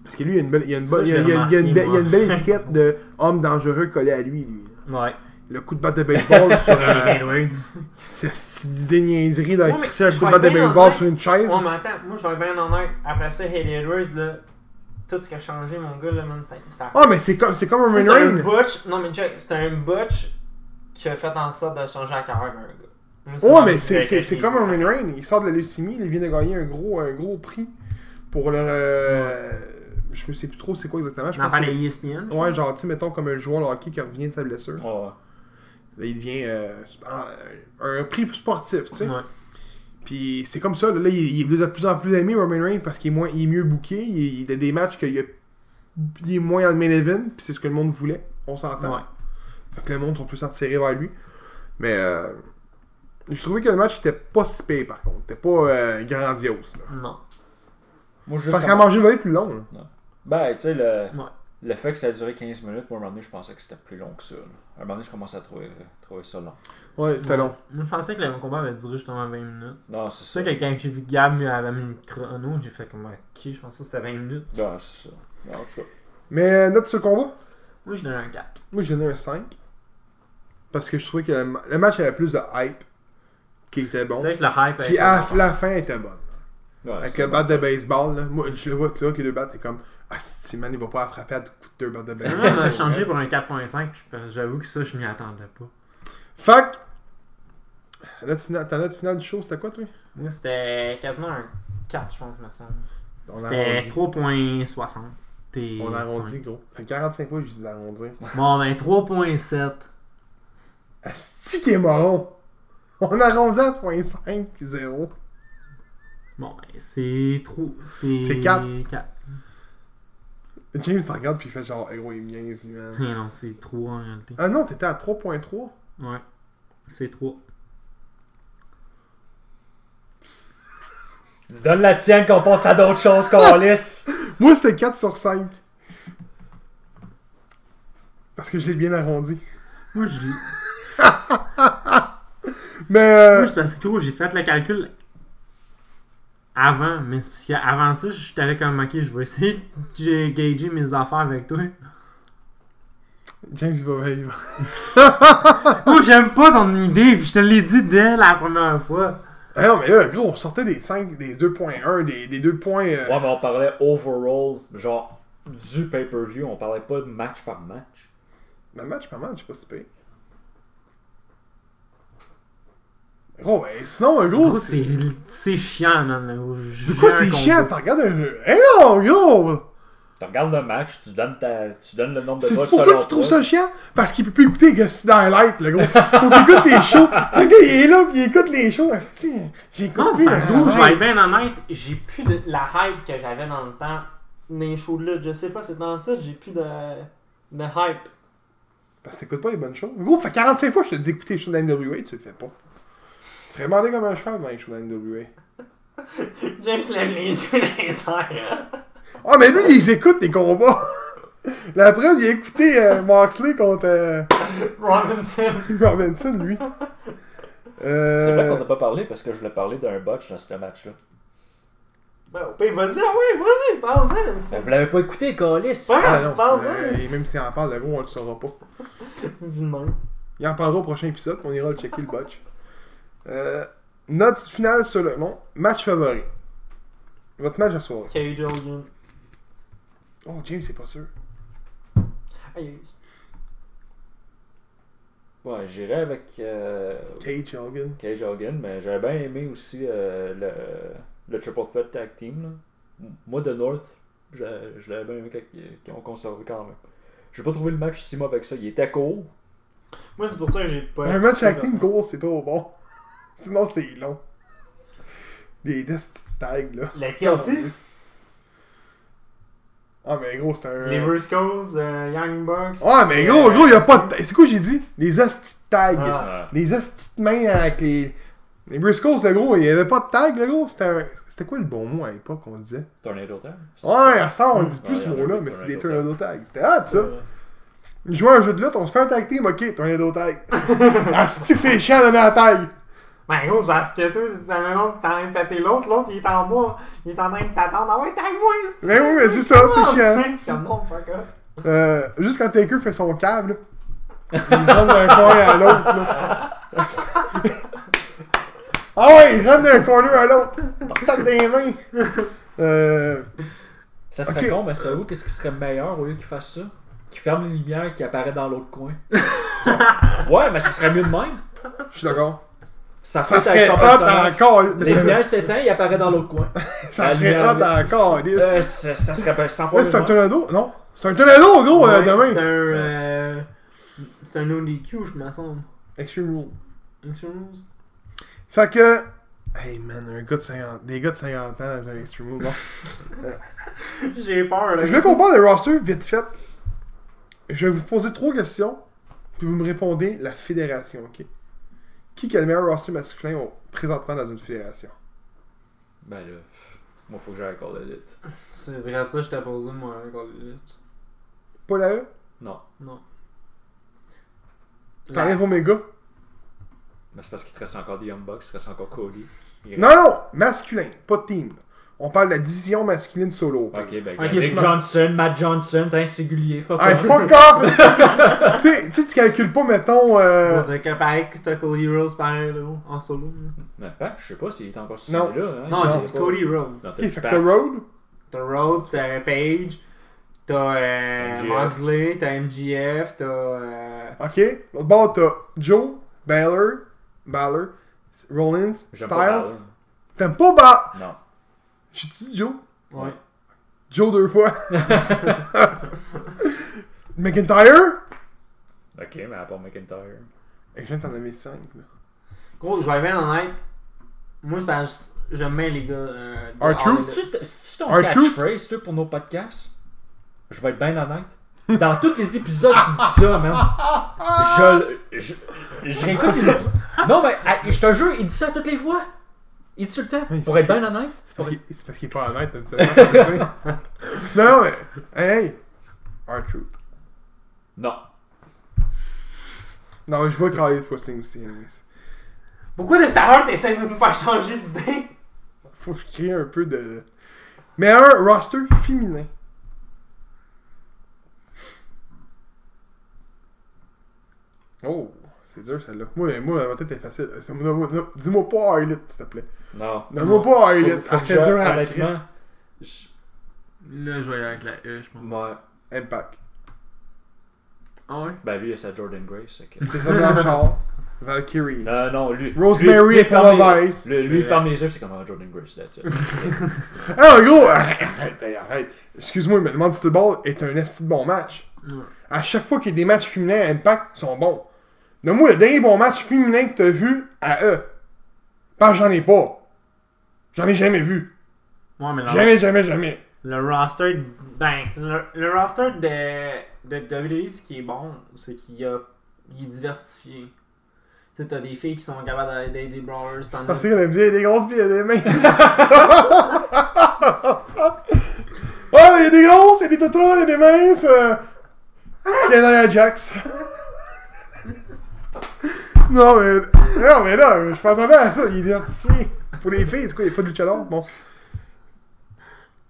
Parce que lui, il y a une belle, il y a une Ça, bonne- je il y a- l'ai il y a- il y a une belle- il y a une remarqué, moi. [LAUGHS] belle étiquette de homme dangereux collé à lui. lui. Ouais. Le coup de batte de baseball sur [LAUGHS] [LAUGHS] euh, Edwards. cette petite idée de niaiserie d'aller Ouais, mais crisser un je coup de vais batte de être bien baseball honnête. sur une chaise. Ouais, mais attends, moi, je vais bien honnête. Après ça, Haley Edwards, là, tout ce qui a changé, mon gars, là, man, ça a été ça. Ah, mais c'est comme, c'est comme un C'est Roman un Reigns. butch. Non, mais check, c'est un butch qui a fait en sorte de changer la carrière d'un gars. Moi, Ouais, vraiment mais ce que c'est- c'est j'ai c'est fait. comme Roman Reigns. Il sort de la leucémie, il vient de gagner un gros, un gros prix pour leur. euh, Je me sais plus trop c'est quoi exactement. Je Dans pense la que les ESPN. c'est- Ouais, genre, tu sais, mettons comme un joueur de hockey qui revient de sa blessure. Ouais. Là, il devient euh, un un prix sportif, tu sais. Ouais. Puis c'est comme ça, là, là, il, il est de plus en plus aimé, Roman Reigns, parce qu'il est, moins, il est mieux booké. Il, est- il a des matchs qu'il y a, il est moins dans le main event, puis c'est ce que le monde voulait. On s'entend. Ouais. Fait que le monde sont plus attirés vers lui. Mais euh, je trouvais que le match était pas si payé par contre. C'était pas euh, grandiose. là. Non. Moi, juste Parce en- qu'à manger volée plus long. là. Ben, tu sais, le, Ouais. le fait que ça a duré 15 minutes, moi, à un moment donné, je pensais que c'était plus long que ça. là. À un moment donné, je commençais à trouver, trouver ça long. Ouais, c'était Ouais. long. Moi, je pensais que le combat avait duré justement 20 minutes. Non, c'est C'est ça. sûr que quand j'ai vu Gab il avait mis le chrono, j'ai fait comme ok, je pensais que c'était 20 minutes. Non, c'est ça. Non, en tout cas. Mais euh, note sur le combat, Moi, je donne un 4. moi je donnais un 5. Parce que je trouvais que le, ma- le match avait plus de hype qui était bon. C'est vrai que le hype. Puis ah, à était bon. la fin était bonne. Ouais, Avec c'est le bon. bat de baseball, là. moi je le vois que là, que les deux battes, t'es comme Ah, si man, il va pas frapper à deux coups de deux battes de Moi, baseball. on m'a changé pour un 4.5, puis euh, j'avoue que ça, je m'y attendais pas. Fuck! La note finale- Ta note finale du show, c'était quoi, toi Moi, c'était quasiment un 4, je pense, me semble. On C'était arrondit. 3.60. On arrondit, gros. Fait 45 fois que j'ai dit d'arrondir. Bon, ben 3.7. Asti qui est marron! On arrondit à 0.5 puis 0. Bon, ben, c'est trop. C'est. C'est quatre. quatre. James te regarde puis il fait genre, hey, ouais, bien, lui, man. Mais Eh non, c'est trois en réalité. Ah non, t'étais à 3.3. Ouais. C'est trois. Donne la tienne qu'on passe à d'autres choses, Carlis. Moi, c'était 4 sur 5. Parce que je l'ai bien arrondi. Moi, je. l'ai- Euh. Mais. Moi, euh, c'est parce que gros, j'ai fait le calcul avant, mais c'est parce qu'avant ça, j'étais allé comme, ok, je vais essayer de ga- gager mes affaires avec toi. James, il va vivre. Oh, j'aime pas ton idée, puis je te l'ai dit dès la première fois. Ah non, mais là, gros, on sortait des 5, des 2.1, des, des 2 points. euh, Ouais, mais on parlait overall, genre du pay-per-view, on parlait pas de match par match. Le match, pas mal, je sais pas si pire. Gros, eh, sinon, euh, gros, Gros, c'est. c'est c'est chiant, man. là, gros. Je De quoi viens c'est à chiant? combo. T'en regardes un jeu. Eh non, gros! Tu regardes le match, tu donnes, ta, tu donnes le nombre de C'est votes pourquoi selon tu trouves toi. ça chiant? Parce qu'il peut plus écouter Gusty Highlight, le gros. Faut qu'il écoute tes shows. Le gars, il est là, puis il écoute les shows. Asti, j'écoute Non, c'est plus parce que gros, je vais Highlight. être bien honnête. ben, J'ai plus de la hype que j'avais dans le temps des shows de lutte. Je sais pas, c'est dans ça, j'ai plus de, de hype. [LAUGHS] Parce que t'écoutes pas les bonnes shows. Gros, fait 45 fois que je te dis écouter les shows de la NWA, tu le fais pas. Tu serais demandé comme un cheval dans les shows de la NWA. James lève les yeux dans les airs. Ah, mais lui, ils écoutent les combats. [LAUGHS] La preuve, il a écouté euh, Moxley contre euh, Robinson. Robinson, lui. C'est Euh, vrai qu'on n'a pas parlé parce que je voulais parler d'un botch dans ce match-là. Ben, au pire, vas-y, ah ouais, vas-y, parle-en. Ben, c'est- vous l'avez pas écouté, Carlis. Ouais. ah non, parle, euh, hein. et même s'il en parle, le gros, on le saura pas. Vu de même. Il en parlera au prochain épisode, on ira le checker le botch. Euh, note finale sur le long. Match favori. Votre match à soirée. Cage Hogan. Oh, James, c'est pas sûr. Aïe, Ouais, j'irais avec euh, Cage Hogan. Cage Hogan, mais j'avais bien aimé aussi euh, le, le Triple Threat Tag Team. là. M- Moi, de North, je, je l'avais bien aimé quand- qu'ils ont conservé quand même. J'ai pas trouvé le match si mauvais que ça. Il était court. Moi, c'est pour ça que j'ai pas. Un match acting court, c'est trop bon. [LAUGHS] Sinon, c'est long. Des desti tags, là. La TLC, Ah, mais gros, c'est un. les Briscoes, euh, Young Bucks. Ouais, mais gros, gros, y a pas de. C'est quoi j'ai dit Les hosties de tag. Ah. Les hosties de main avec les. Les Briscoes, le gros, il y avait pas de tag, le gros. C'était un. C'était quoi le bon mot à l'époque qu'on disait Tornado Tag. Ouais, à ça, on dit plus Ouais, ce y en a mot-là, des mais c'est des tornado tornado tags. C'était hot, ça. Euh, Jouer à un jeu de lutte, on se fait un tag team, ok, tornado tag. [LAUGHS] ah, c'est que c'est chiant de donner la tag. Ben gros, c'est parce que toi, c'est la même chose, t'es en train de péter l'autre, l'autre il est en bas, il est en train de t'attendre. Ah ouais, tag moi! c'est- Mais Ben oui, mais c'est ça, c'est Comment chiant. tu sais, C'est comme non, fuck off. Euh, juste quand Taker fait son câble, il rentre d'un coin à l'autre. là. [LAUGHS] ah ouais, il rentre d'un corner à l'autre. Tac des mains. Euh, Ça serait Ok. con, mais ça où qu'est-ce qui serait meilleur au lieu qu'il fasse ça Qu'il ferme les lumières et qu'il apparaît dans l'autre [LAUGHS] coin. ouais, mais ça serait mieux de même. je suis d'accord. Ça, fait Ça serait avec son hot hein. personnage. encore. Les lumières s'éteignent, il apparaît dans l'autre coin. Ça serait hot encore. Euh, Là, ça, ça serait pas- sans c'est un problème. hein. tornado. Non, c'est un tornado, gros, euh, Ouais, C'est un. demain. euh, C'est un ODQ, je me semble. Extreme Rule. Extreme Rules. [LAUGHS] Fait que. Hey man, un gars de 50, des gars de 50 ans dans un Extreme Rule. Bon. J'ai peur là. Je veux qu'on parle de roster vite fait. Je vais vous poser trois questions, puis vous me répondez la fédération, ok? Qui a le meilleur roster masculin au- présentement dans une fédération? Ben là, moi faut que j'aille à Call of Duty. C'est vrai, ça, je t'ai posé, moi, un contre les luttes. Pas la E? Non, Non. T'enlèves Omega? mais c'est parce qu'il te reste encore des Young Bucks, il te reste encore Cody. Il Non, non! Masculin, pas de team. On parle de la division masculine solo. Ok, ben Ok, Nick je m'en- Johnson, Matt Johnson, t'es singulier, fuck Hey, off. fuck off! tu sais, tu sais, tu calcules pas, mettons. euh, Bon, T'as que pareil que t'as Cody Rhodes pareil, là, gros, en solo. là. Mais pas, je sais pas s'il est encore sur Non. là. Hein, Non, Non, j'ai dit c'est Cody Rhodes. Non, Ok, fait t'as que dit t'as Pat. Road, T'as Rhodes, t'as Page, t'as euh, MJF. Moxley, t'as MGF, t'as. euh, ok? L'autre bord, t'as Joe, Balor, Balor, Rollins, J'aime pas Styles. T'aimes pas Balor? Balor. Non. J'ai dit Joe? Ouais. Joe deux [LAUGHS] fois. McIntyre? Ok, mais à part McIntyre. Eh, Et je viens de t'en nommer 5. Là. Gros, je vais être bien honnête. Moi, c'est parce que j'aime bien les gars. Euh, R-Truth? de Harley Davidson. C'est-tu t- c'est-tu ton R-Truth? catchphrase, toi, pour nos podcasts? Je vais être bien honnête. Dans tous les épisodes, tu dis ça, man. Je, le- je, je réécoute les épisodes. Non, mais à- je te jure, il dit ça toutes les fois. Il dit tout le temps. Oui, Pour c'est être bien honnête. C'est Pour parce être- qu'il- c'est parce qu'il est pas honnête, habituellement. [LAUGHS] non, non, mais. Hey! R-Truth. Non. Non, mais je vois Carly Twisting aussi, anyways. Pourquoi depuis tout à l'heure t'essaies de nous faire changer d'idée Faut que je crée un peu de. Meilleur roster féminin. Oh, c'est dur celle-là. Moi, moi, ma tête est facile. C'est- non, non, non, Dis-moi pas Harlot, s'il te plaît. Non. Donne-moi pas Harlot. Faut- Ça faut fait que je- dur à la honnêtement, crise. je- Là, je vais y aller avec la E, je pense. Ouais. Impact. Ah ouais? Ben, lui, c'est Jordan Grace. fait que- Tessa Blanchard. Valkyrie. Non, non, lui. Rosemary lui- lui, et ferme Paula les- Weiss. le- Lui, C'est il ferme les yeux, c'est comme un Jordan Grace, that's it. Ah, gros! Arrête, arrête, hey, arrête. Excuse-moi, mais le Monster Ball est un esti de bon match. Ouais. À chaque fois qu'il y a des matchs féminins à Impact, ils sont bons. Donne-moi le dernier bon match féminin que t'as vu à eux. Pas j'en ai pas. J'en ai jamais vu. Ah Ouais, mais le, Jamais, jamais, jamais. Le roster. Ben, le, le roster de, de WWE, ce qui est bon, c'est qu'il y a, il est diversifié. Tu sais, t'as des filles qui sont capables d'aller dater des brawlers, t'en Parce as. qu'elle aime bien il y a des grosses puis il y a des [LAUGHS] minces. Ah, il y a des grosses, il y a des totos, il y a des minces. Euh... Il y a derrière Jax. [LAUGHS] non, mais... non, mais là, je m'attendais à ça. Il est identifié. Pour les filles, c'est quoi, il n'y a pas de lucha d'or? Bon.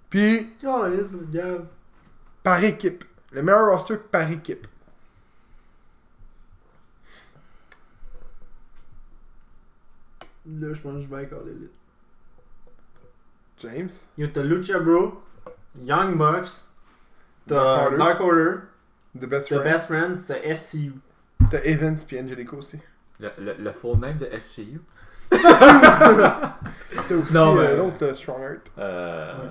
Puis, Calisse, le gars. par équipe. Le meilleur roster par équipe. Là, je pense que je vais encore l'élite. James. Yo, t'as Lucha Bro, Young Bucks, Dark t'as Order. Dark Order, The Best t'as Friend. Best Friends, t'as SCU. T'as Evans puis Angelico aussi. Le, le, le full name de SCU. T'as aussi Non, euh, mais- l'autre, le Strong Heart. Euh,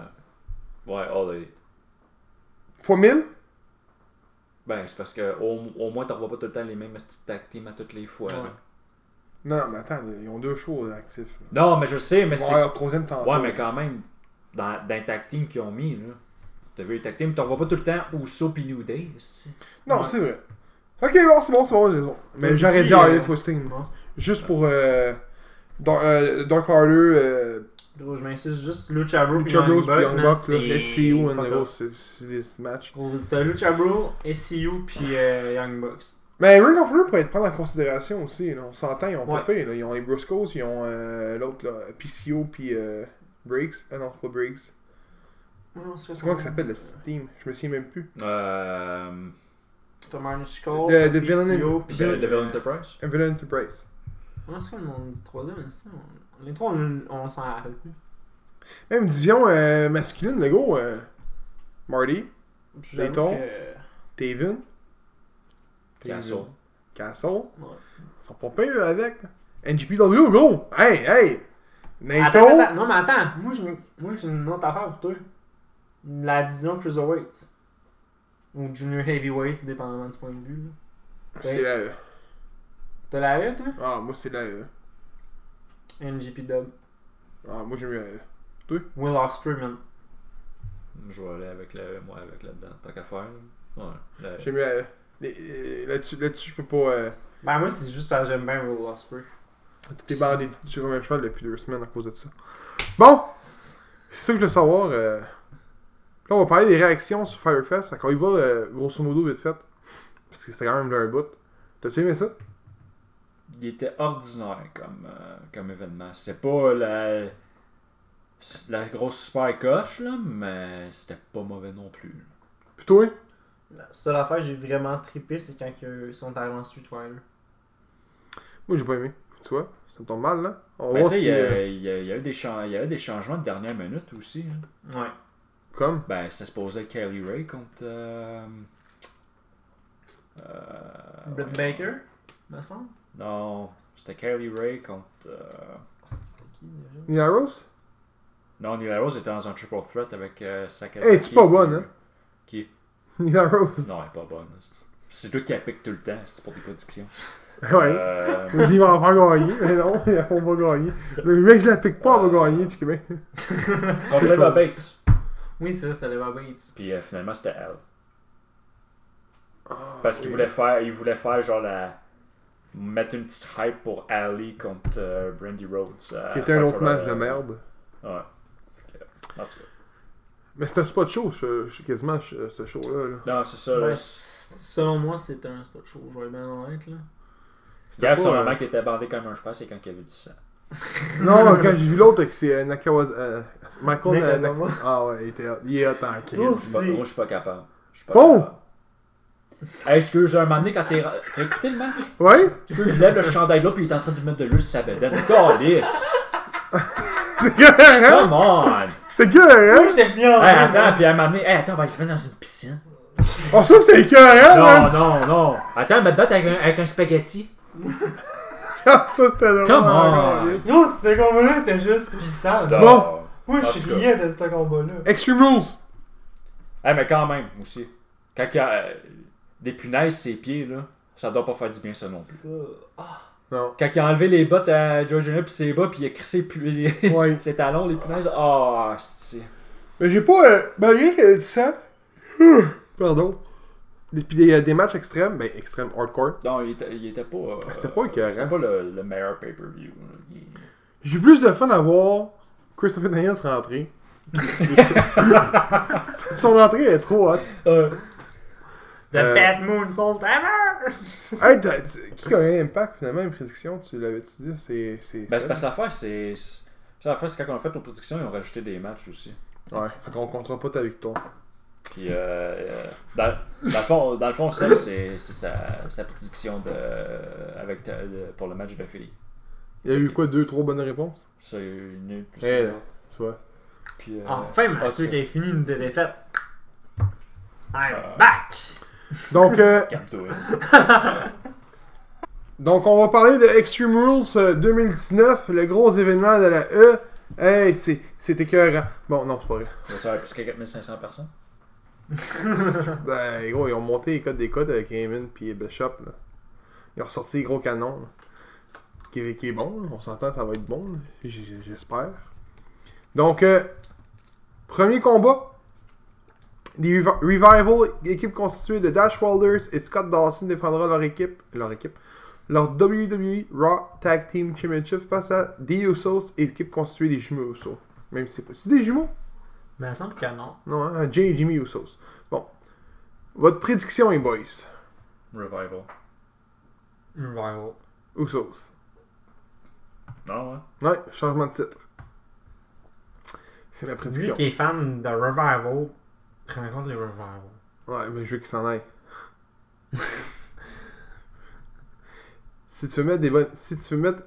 ouais, All Elite. Fois 1000? Ben, c'est parce que au, au moins, t'en vois pas tout le temps les mêmes petites tag teams à toutes les fois. là. Ouais. Non, mais attends, ils ont deux shows actifs. Non, mais je sais, mais Ils vont c'est. avoir leur troisième tantôt. Ouais, mais quand même, dans, dans les tag teams qu'ils ont mis, là. T'as vu les tag teams, t'en vois pas tout le temps Uso pis New Day. c'est- Non, c'est vrai. Ok, bon, c'est bon, c'est bon, c'est bon. Mais Mais j'aurais c'est dit qui, Harley euh, Twisting. bon. Juste pour euh, Dar- euh, Dark Harder, euh, Gros, je m'insiste juste Lucha Bro pis Lucha Bros, Young puis Bucks, Young man, Bucks, c'est... là, SCU, en fuck gros, off. c'est c'est des matchs. Gros, T'as Lucha Bro, SCU pis euh, Young Bucks. Mais Ring of Honor pourrait être pris en considération aussi. là. On s'entend, ils ont Ouais. popé. Là. Ils ont les Briscoes, ils ont euh, l'autre, là, PCO, puis euh, Briggs. Ah non, pas Briggs. Non, c'est C'est comment que ça s'appelle le team Je me souviens même plus. Euh. T'as Marnish Cole, De- t'as de Euh, Villain- PCO, pis... Villain- The Devil Enterprise. Villain Enterprise. euh, Comment c'est quoi le nom du troisième, mais ça, on- Les trois, on, on s'en rappelle plus. Même division euh, masculine, le gros. euh, Marty, J'avoue tons. que- Taven, Castle. Castle. Ouais. Ils sont pas pires là, avec. NGPW, gros! Hey, hey! Nato! Attends, attends, non mais attends, moi j'ai, moi j'ai une autre affaire pour toi. La division Cruiserweights. Ou Junior Heavyweights, dépendamment du point de vue. là. C'est la E. T'as la E, toi Ah, moi, c'est la E. NGP Dub. Ah, moi, j'ai mis la E. Will Ospreay, man. Je vais aller avec le. Moi, avec là-dedans. Tant qu'à faire. là. Ouais. le- J'ai mis la E. Les- euh, Là-dessus, là-dessus, je peux pas. euh, Ben moi c'est juste parce que j'aime bien Will Ospreay. T'es bandé sur un cheval depuis deux semaines à cause de ça. Bon! C'est ça que je veux savoir. euh, Là, on va parler des réactions sur Firefest. Fait qu'on y va, euh, grosso modo, vite fait. Parce que c'était quand même leur bout. T'as-tu aimé ça? il était ordinaire comme, euh, comme événement. C'est pas la, la grosse super coche, là, mais c'était pas mauvais non plus. Plutôt, hein? La seule affaire que j'ai vraiment trippé, c'est quand ils sont arrivés en Street Fighter. Moi, j'ai pas aimé. Tu vois? Ça me tombe mal, là. On va Mais tu voir sais, Ben, si. il y, euh, a- il y a- il y a eu des chan- il y avait des changements de dernière minute aussi. là. Ouais. Comme? Ben, ça se posait Kelly Ray contre. euh, euh, Britt ouais. Baker, me semble. Non, c'était Kelly Ray contre. euh, C'était qui déjà Nina Rose? [LAUGHS] Non, Nila Rose était dans un triple threat avec euh, Sakazaki. Elle est-tu pas bonne, hein? Qui Nina Rose. Non, elle est pas bonne. c'est- C'est toi qui la pique tout le temps, c'est pour tes prédictions. [LAUGHS] Ouais. Euh, [LAUGHS] Ils vont en faire gagner, mais non, [LAUGHS] ils la font pas gagner. Le mec, je la pique pas, elle va gagner, ben. tu sais bien. contre Eva Bates. [LAUGHS] Oui, c'est ça, c'était le Bates. Puis euh, finalement, c'était elle. Parce qu'il voulait faire, il voulait faire genre la. mettre une petite hype pour Ali contre euh, Brandy Rhodes. euh, Qui était un autre Fight for, match de euh, merde. Ouais. Fait que, En tout Mais c'est un spot show, ce- ce- quasiment, ce ce show-là. là. cas. Non, c'est ça. là. Ben, c- selon moi, c'est un spot show, je vais bien honnête, là. Il y a pas, son euh, maman qui était bandé comme un cheval, c'est quand il y avait du sang. Non, quand j'ai vu l'autre, que c'est euh, Nakawaza. euh, Michael Nick euh, Adama. Nak- Ah ouais, il, était hot. il est hot en crise. Oh, Moi, Si. moi, je suis pas capable. Je suis pas Bon. capable. Hey, Est-ce que j'ai un moment donné quand t'es. T'as écouté le match? Ouais? [LAUGHS] Est-ce que je lève le chandail là puis il est en train de mettre de l'huile sur sa bedaine? Calisse! C'est que, Come on! C'est hein? que, Moi, j'étais bien hein. en Hey, train de- attends, puis elle m'a amené. Hey, attends, on va aller se mettre dans une piscine. Oh, ça, c'était écœurant, [LAUGHS] Non, là! non, non. Attends, elle m'a battre avec un, avec un spaghetti. Ah, Ça, c'était drôle. Come on. encore, yes. Non, c'était combat-là, était juste puissant. Bon. Moi, En tout je cas. riais de ce combat-là. Extreme Rules! Hey, mais quand même, aussi. Quand il y a euh, des punaises ses pieds, là, ça doit pas faire du bien, ça non plus. Ça. Ah. Non. Quand il a enlevé les bottes à Georgina puis ses bas puis il a crissé plus les... [LAUGHS] Ouais. ses talons, les punaises. Ah, c'est. Mais j'ai pas. Euh, malgré qu'elle ait dit ça. euh, Pardon. Et puis des, euh, des matchs extrêmes, ben extrêmes hardcore. Non, il était, il était pas. euh, C'était pas écœurant. C'était pas le, le meilleur pay-per-view. là. Il- J'ai eu plus de fun à voir Christopher Daniels [LAUGHS] rentrer. Son entrée est trop hot. Euh, The Euh. best moonsault ever! Hey, t'as- t'as- qui connaît Impact finalement, une prédiction Tu l'avais-tu dit C'est. c'est Ben, c'est ça? parce que l'affaire, c'est. c'est- L'affaire, c'est quand on a fait nos productions, ils ont rajouté des matchs aussi. Ouais, fait qu'on comptera pas ta victoire. Puis, euh, euh, dans, dans le fond, dans le fond Seb, c'est c'est sa, sa prédiction de, euh, avec, ta- de- pour le match de Philly. Il y a eu quoi, deux, trois bonnes réponses C'est une une plus. Eh. que l'autre. Tu vois Puis, euh, Enfin, ma parce suite que- est finie de défaite. I'm Euh. back! Donc, euh, [LAUGHS] Garde-toi. donc, on va parler de Extreme Rules euh, 2019, le gros événement de la E. Hey, c'est- c'est écœurant. Bon, non, c'est pas vrai. Ça va faire plus que 4500 personnes. Ben, gros, ils ont monté les codes des codes avec Eamon puis Bishop. Là. Ils ont ressorti les gros canons. là. Qui, est- qui est bon, là. on s'entend, ça va être bon. là. J- j- J'espère. Donc, euh, premier combat. Les Revi- Revival, équipe constituée de Dash Wilders et Scott Dawson défendra leur équipe, leur équipe, leur WWE Raw Tag Team Championship face à The Usos et équipe constituée des jumeaux Usos. Même si c'est pas. C'est des jumeaux? Mais il semble que non. Non, hein? Jay et Jimmy Usos. Bon. Votre prédiction, les boys. Revival. Revival. Usos. Non, hein? Ouais, changement de titre. C'est ma Lui prédiction. qui est fan de Revival, prends en compte les Revival. Ouais, mais je veux qu'il s'en aille. [LAUGHS] si tu veux mettre des bonnes. Si tu veux mettre.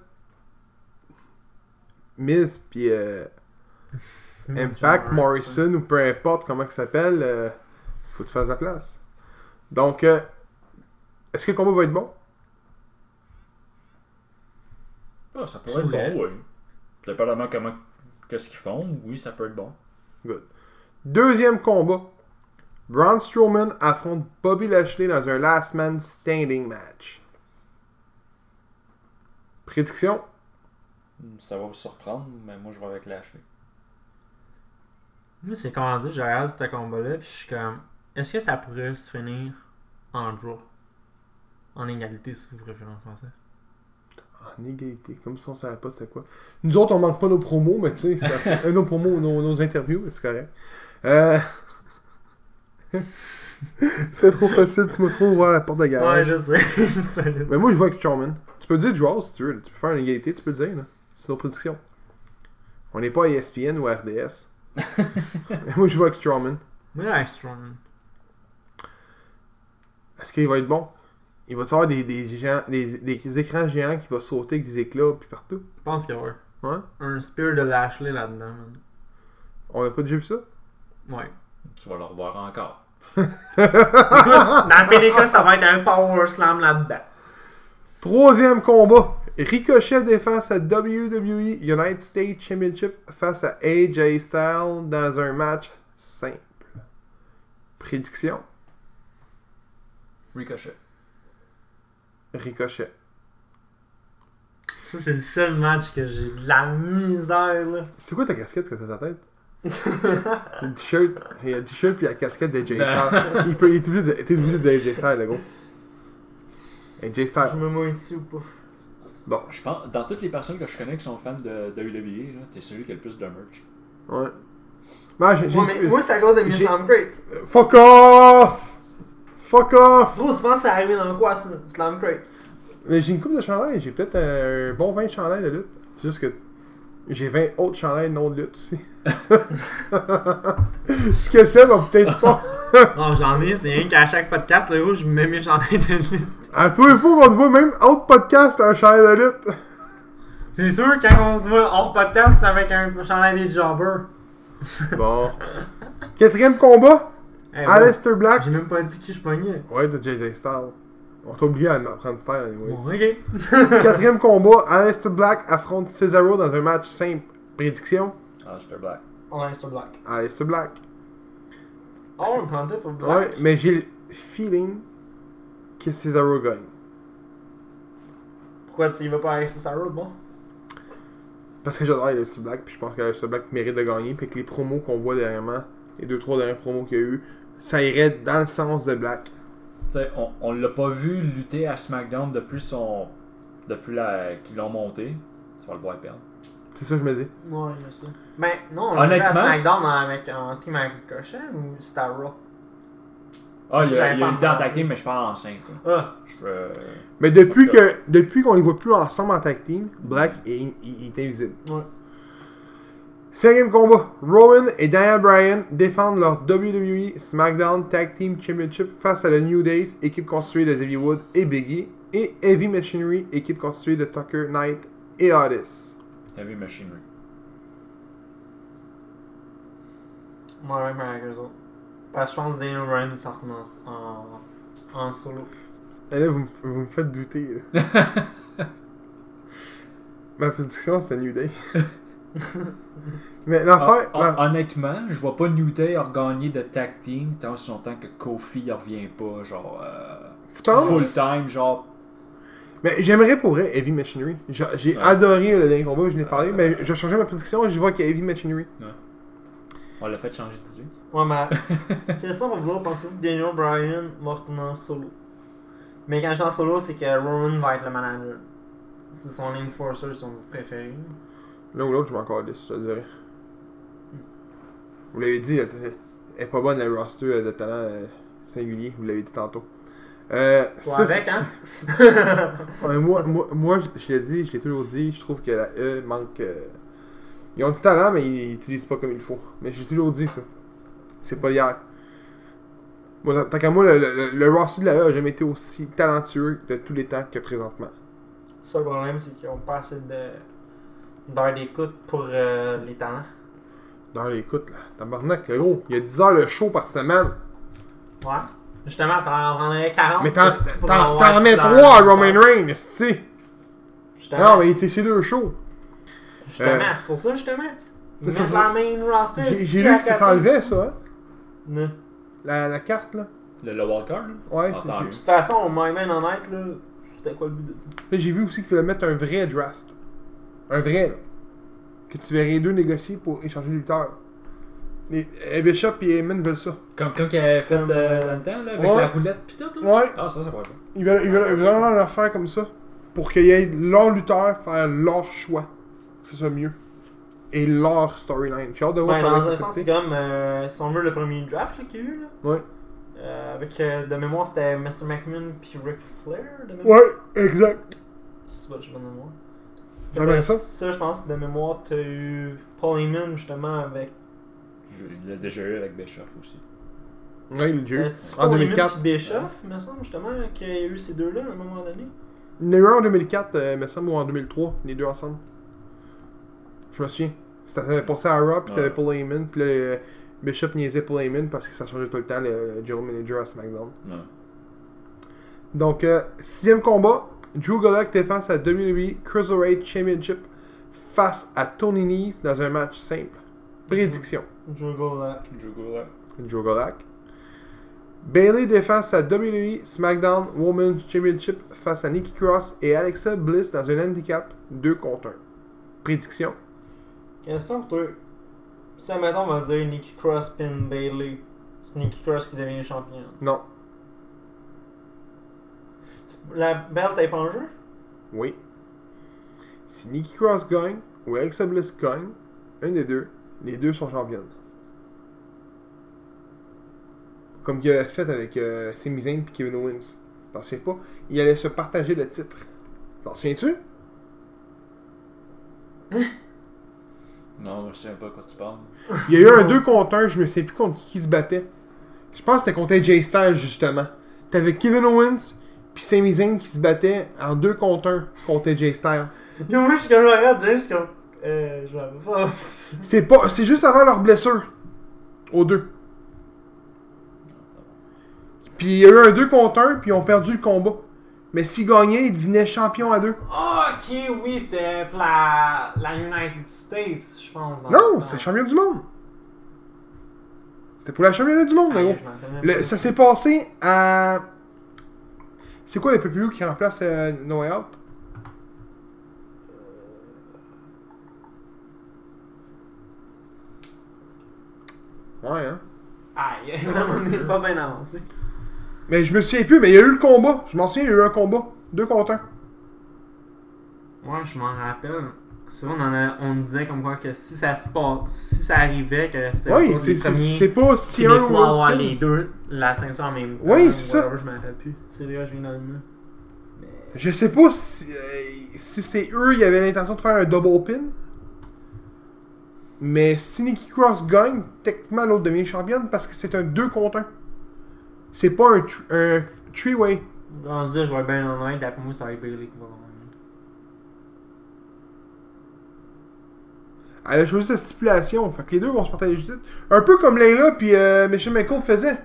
Miz puis euh, Impact, Morrison ou peu importe comment il s'appelle, euh, faut que tu fasses la place. Donc, euh, est-ce que le combat va être bon? Ah, ça pourrait être Pourrait. bon, oui. Dépendamment comment. Qu'est-ce qu'ils font, oui, ça peut être bon. Good. Deuxième combat. Braun Strowman affronte Bobby Lashley dans un Last Man Standing match. Prédiction. Ça va vous surprendre, mais moi, je vais avec Lashley. Moi, c'est comment dire, je regarde ce combat-là, puis je suis comme, est-ce que ça pourrait se finir en draw? En égalité, si vous préférez en français. En égalité, Ah, comme si on savait pas c'est quoi. Nous autres, on manque pas nos promos, mais tu sais, ça- euh, nos promos, nos, nos interviews, c'est correct. Euh... [LAUGHS] c'est trop facile, tu m'as trop ouvert la porte de Euh, Ouais, garage. je sais. [LAUGHS] Solide. Mais moi, je vois avec Strowman. Tu peux dire Draw si tu veux, là. tu peux faire une égalité, tu peux le dire. là. C'est nos prédictions. On n'est pas à E ESPN ou à RDS. Mais moi, je vois avec Strowman. Moi, là, Strowman. Est-ce qu'il va être bon? Il va avoir des, des, géants- des, des écrans géants qui vont sauter avec des éclats puis partout. Je pense qu'il y a Ouais. un spear de Lashley là-dedans, man. On n'a pas déjà vu ça? [LAUGHS] Ouais. Tu vas le revoir encore. Dans tous les cas, ça va être un power slam là-dedans. Troisième combat. Ricochet défend sa WWE E United States Championship face à AJ Styles dans un match simple. Prédiction. Ricochet. Ricochet. Ça, c'est le seul match que j'ai de la misère, là. C'est quoi ta casquette que t'as sur ta [LAUGHS] tête? le t-shirt, il y a le t-shirt puis la casquette d'AJ Styles. il, peut, il est obligé de- t'es obligé de dire AJ Styles, le gros. AJ Je Styles. me mouille dessus ou pas. Bon, Je pense, dans toutes les personnes que je connais qui sont fans de, de WWE, là, t'es celui qui a le plus de merch. ouais. Moi, j'ai, Ouais, mais j'ai- moi, c'est à cause de Miss j'ai- Slam Crate. Fuck off! Fuck off! Gros, tu penses que ça arrivé dans quoi, ça, Slam Crate? Mais j'ai une coupe de chandail, j'ai peut-être euh, un bon 20 chandails de lutte. C'est juste que j'ai 20 autres chandails non de lutte [LAUGHS] aussi. Ce que c'est, va peut-être pas. [LAUGHS] Non, j'en ai, c'est rien qu'à chaque podcast, là, où je mets mes chandails de lutte. À tous les fois, on te voit même autre podcast un chandail de lutte. C'est sûr, quand on se voit hors podcast, c'est avec un chandail des jobbers. Bon. Quatrième combat, Eh, bon, Aleister Black. J'ai même pas dit qui je pognais. Ouais, de JJ Styles. On t'a oublié à me prendre Styles, anyways. Bon, ok. Quatrième combat, Aleister Black affronte Cesaro dans un match simple. Prédiction, Ah, Super Black. On a sur Black. Aleister Black. Oh, on prend tout pour Black. Ouais, mais j'ai le feeling que Cesaro gagne. Pourquoi tu y vas pas avec Cesaro, bon? Parce que j'adore Aleister Black, puis je pense qu'Aleister Black mérite de gagner, puis que les promos qu'on voit dernièrement, les deux trois dernières promos qu'il y a eu, ça irait dans le sens de Black. Tu sais, on, on l'a pas vu lutter à SmackDown depuis son. depuis la... qu'ils l'ont monté. Tu vas le voir perdre. C'est ça que je me dis. Ouais, je sais. Ben, non, on l'a vu à Honnêtement, SmackDown avec un team avec Ricochet ou c'était à Raw? Ah, il a, J'avais il a pas lutté en entendu. tag team, mais je parle en 5. Ah, Je, euh, Mais depuis que depuis qu'on les voit plus ensemble en tag team, Black est, il- il est invisible. ouais. Cinquième combat, Rowan et Daniel Bryan défendent leur WWE SmackDown Tag Team Championship face à la New Days, équipe constituée de Xavier Wood et Biggie, et Heavy Machinery, équipe constituée de Tucker Knight et Otis. Heavy Machinery. Moi, ouais, mais avec eux autres. Parce que je pense que Daniel Bryan il s'en retourne en, en, en solo. Et là, vous, me- vous me faites douter. là. [LAUGHS] Ma prédiction, c'était New Day. Mais l'affaire... Ah, Hon- la- hon- Honnêtement, je vois pas New Day regagner de tag team tant son temps que Kofi il revient pas, genre. euh, tu penses? Full time, genre. Mais j'aimerais pour vrai Heavy Machinery. J'ai j'ai Ouais. adoré le dernier combat, je n'ai parlé, mais je changeais ma prédiction et je vois qu'il y a Heavy Machinery. On l'a fait changer d'idée. Ouais, mais. Question pour vous, pensez-vous que Daniel Bryan va retourner en solo? Mais quand je dis en solo, c'est que Roman va être le manager. C'est son enforcer, si on vous préférez. L'un ou l'autre, je m'en calisse, je te dirais. Vous l'avez dit, elle était- elle est pas bonne le roster euh, de talent euh, singulier, vous l'avez dit tantôt. Euh, Toi ça, avec, c'est- hein? [LAUGHS] Ouais, moi, moi, moi, je- je l'ai dit, je l'ai toujours dit, je trouve que la E manque. euh, Ils ont du talent, mais ils n'utilisent pas comme il faut. Mais j'ai toujours dit ça. C'est pas hier. Moi, tant- tant qu'à moi, le, le- le- le roster de la E a jamais été aussi talentueux de tous les temps que présentement. Ça, le problème, c'est qu'ils ont pas assez de. d'heures d'écoute pour euh, les talents. Dans l'écoute, là, tabarnak, le gros, il y a 10 heures de show par semaine. Ouais. Justement, ça en prendrait 40. Mais t'en Ah, c'est pour t'en- avoir t'en tout mets leur- 3 à Roman Reigns, tu sais. Justement, Non, mais il était ces deux shows. justement, euh, c'est pour ça, justement. Ils ça, mettent ça- leur main roster. J'ai si j'ai tu lu as que ça capté. s'enlevait, ça, hein? Non. La, la carte, là. Le, le wildcard, là? Ouais, Ah, c'est- tant j'ai- mieux. De toute façon, on m'en met honnête, là. C'était quoi le but de ça? Là, j'ai vu aussi qu'il fallait mettre un vrai draft. Un vrai, là. Que tu verrais les deux négocier pour échanger les lutteurs. Les, eh, Bishop et Heyman veulent ça. Comme quand il avait fait euh, dans le temps, là, avec Ouais. la roulette pis tout, là. Ouais. Ah, ça, ça va bien. Ils veulent, ils veulent vraiment leur faire comme ça. Pour qu'il y ait leur lutteur faire leur choix. Que ce soit mieux. Et leur storyline. J'ai hâte de voir Ben, ça va dans être un sens, c'est accepté. comme, euh, si on veut, le premier draft là, qu'il y a eu, là. Ouais. Euh, avec, euh, de mémoire, c'était Mr. McMahon puis Ric Flair, de mémoire. Ouais, exact. Si c'est pas, j'ai pas de mémoire. J'aimerais ça. Après Ça, je pense, de mémoire, t'as eu Paul Heyman, justement, avec. Je l'ai déjà eu avec Bishop aussi. Ouais, il l'a eu. T'as-tu En Paul Heyman 2004. puis Bischoff, il me semble, justement, qu'il y a eu ces deux-là à un moment donné. Il y en a eu un en 2004, euh, me semble, ou en 2003, les deux ensemble. Je me souviens. Ça t'avais passé à Raw, puis t'avais Ouais. Paul Heyman, puis là, euh, Bishop niaisait Paul Heyman parce que ça changeait tout le temps le, le general manager à SmackDown. Ouais. Donc, euh, sixième combat, Drew Gulak défend sa WWE E Cruiserweight Championship face à Tony Nese dans un match simple. Prédiction. Drew Gulak. Drew Gulak. Drew Gulak. Bailey défend sa WWE SmackDown Women's Championship face à Nikki Cross et Alexa Bliss dans un handicap 2 contre 1. Prédiction. Question pour toi. Si maintenant on va dire Nikki Cross pin Bailey, c'est Nikki Cross qui devient championne. Non. C'est- La belt est pas en jeu? Oui. Si Nikki Cross gagne ou Alexa Bliss gagne, un des deux, les deux sont championnes. Comme il a fait avec euh, Sami Zayn et Kevin Owens. T'en souviens pas? Ils allaient se partager le titre. T'en souviens-tu? Non, je sais pas de quoi tu parles. Il y a eu un 2 contre 1, je ne sais plus contre qui, qui se battait. Je pense que c'était contre Jay Styles, justement. T'avais Kevin Owens puis Sami Zayn qui se battaient en 2 contre 1 contre Jay Styles. Yo, [LAUGHS] moi, je suis comme, je regarde, James, comme, euh, je l'avais pas. C'est pas, c'est juste avant leur blessure. Aux deux. Puis il y a eu un 2 contre 1, puis ils ont perdu le combat. Mais s'ils gagnaient, ils devenaient champions à deux. ok, oui, c'était pour la, la United States, je pense. dans le Non, temps. c'est champion du monde. C'était pour la championnat du monde, Ah, le gros. je m'en connais Le- pas. ça s'est passé à. C'est quoi le PPU qui remplace euh, No Way Out Euh. Ouais, hein. [LAUGHS] Aïe, on n'est pas bien avancé. Mais je me souviens plus, mais il y a eu le combat. Je m'en souviens, il y a eu un combat. Deux contre un. Ouais, je m'en rappelle. C'est vrai, on, en a- on disait comme quoi que si ça se passe, si ça arrivait, que c'était Oui, pas c'est les c'est- premiers c'est pas si un Québécois ou à avoir l'autre. les deux la ceinture en même temps. Oui, ou c'est ça. whatever, Je m'en rappelle plus. C'est vrai, je viens dans le mur. Je sais pas si, euh, si c'est eux, ils avaient l'intention de faire un double pin. Mais si Nikki Cross gagne, techniquement l'autre devient championne parce que c'est un 2 contre 1. C'est pas un, tr- un three-way. On disait, je vais bien honnête, d'après moi, ça va être Bailey qui va gagner. Elle a choisi sa stipulation. Fait que les deux vont se partager le titre. Un peu comme Layla puis euh, Michelle McCool faisaient.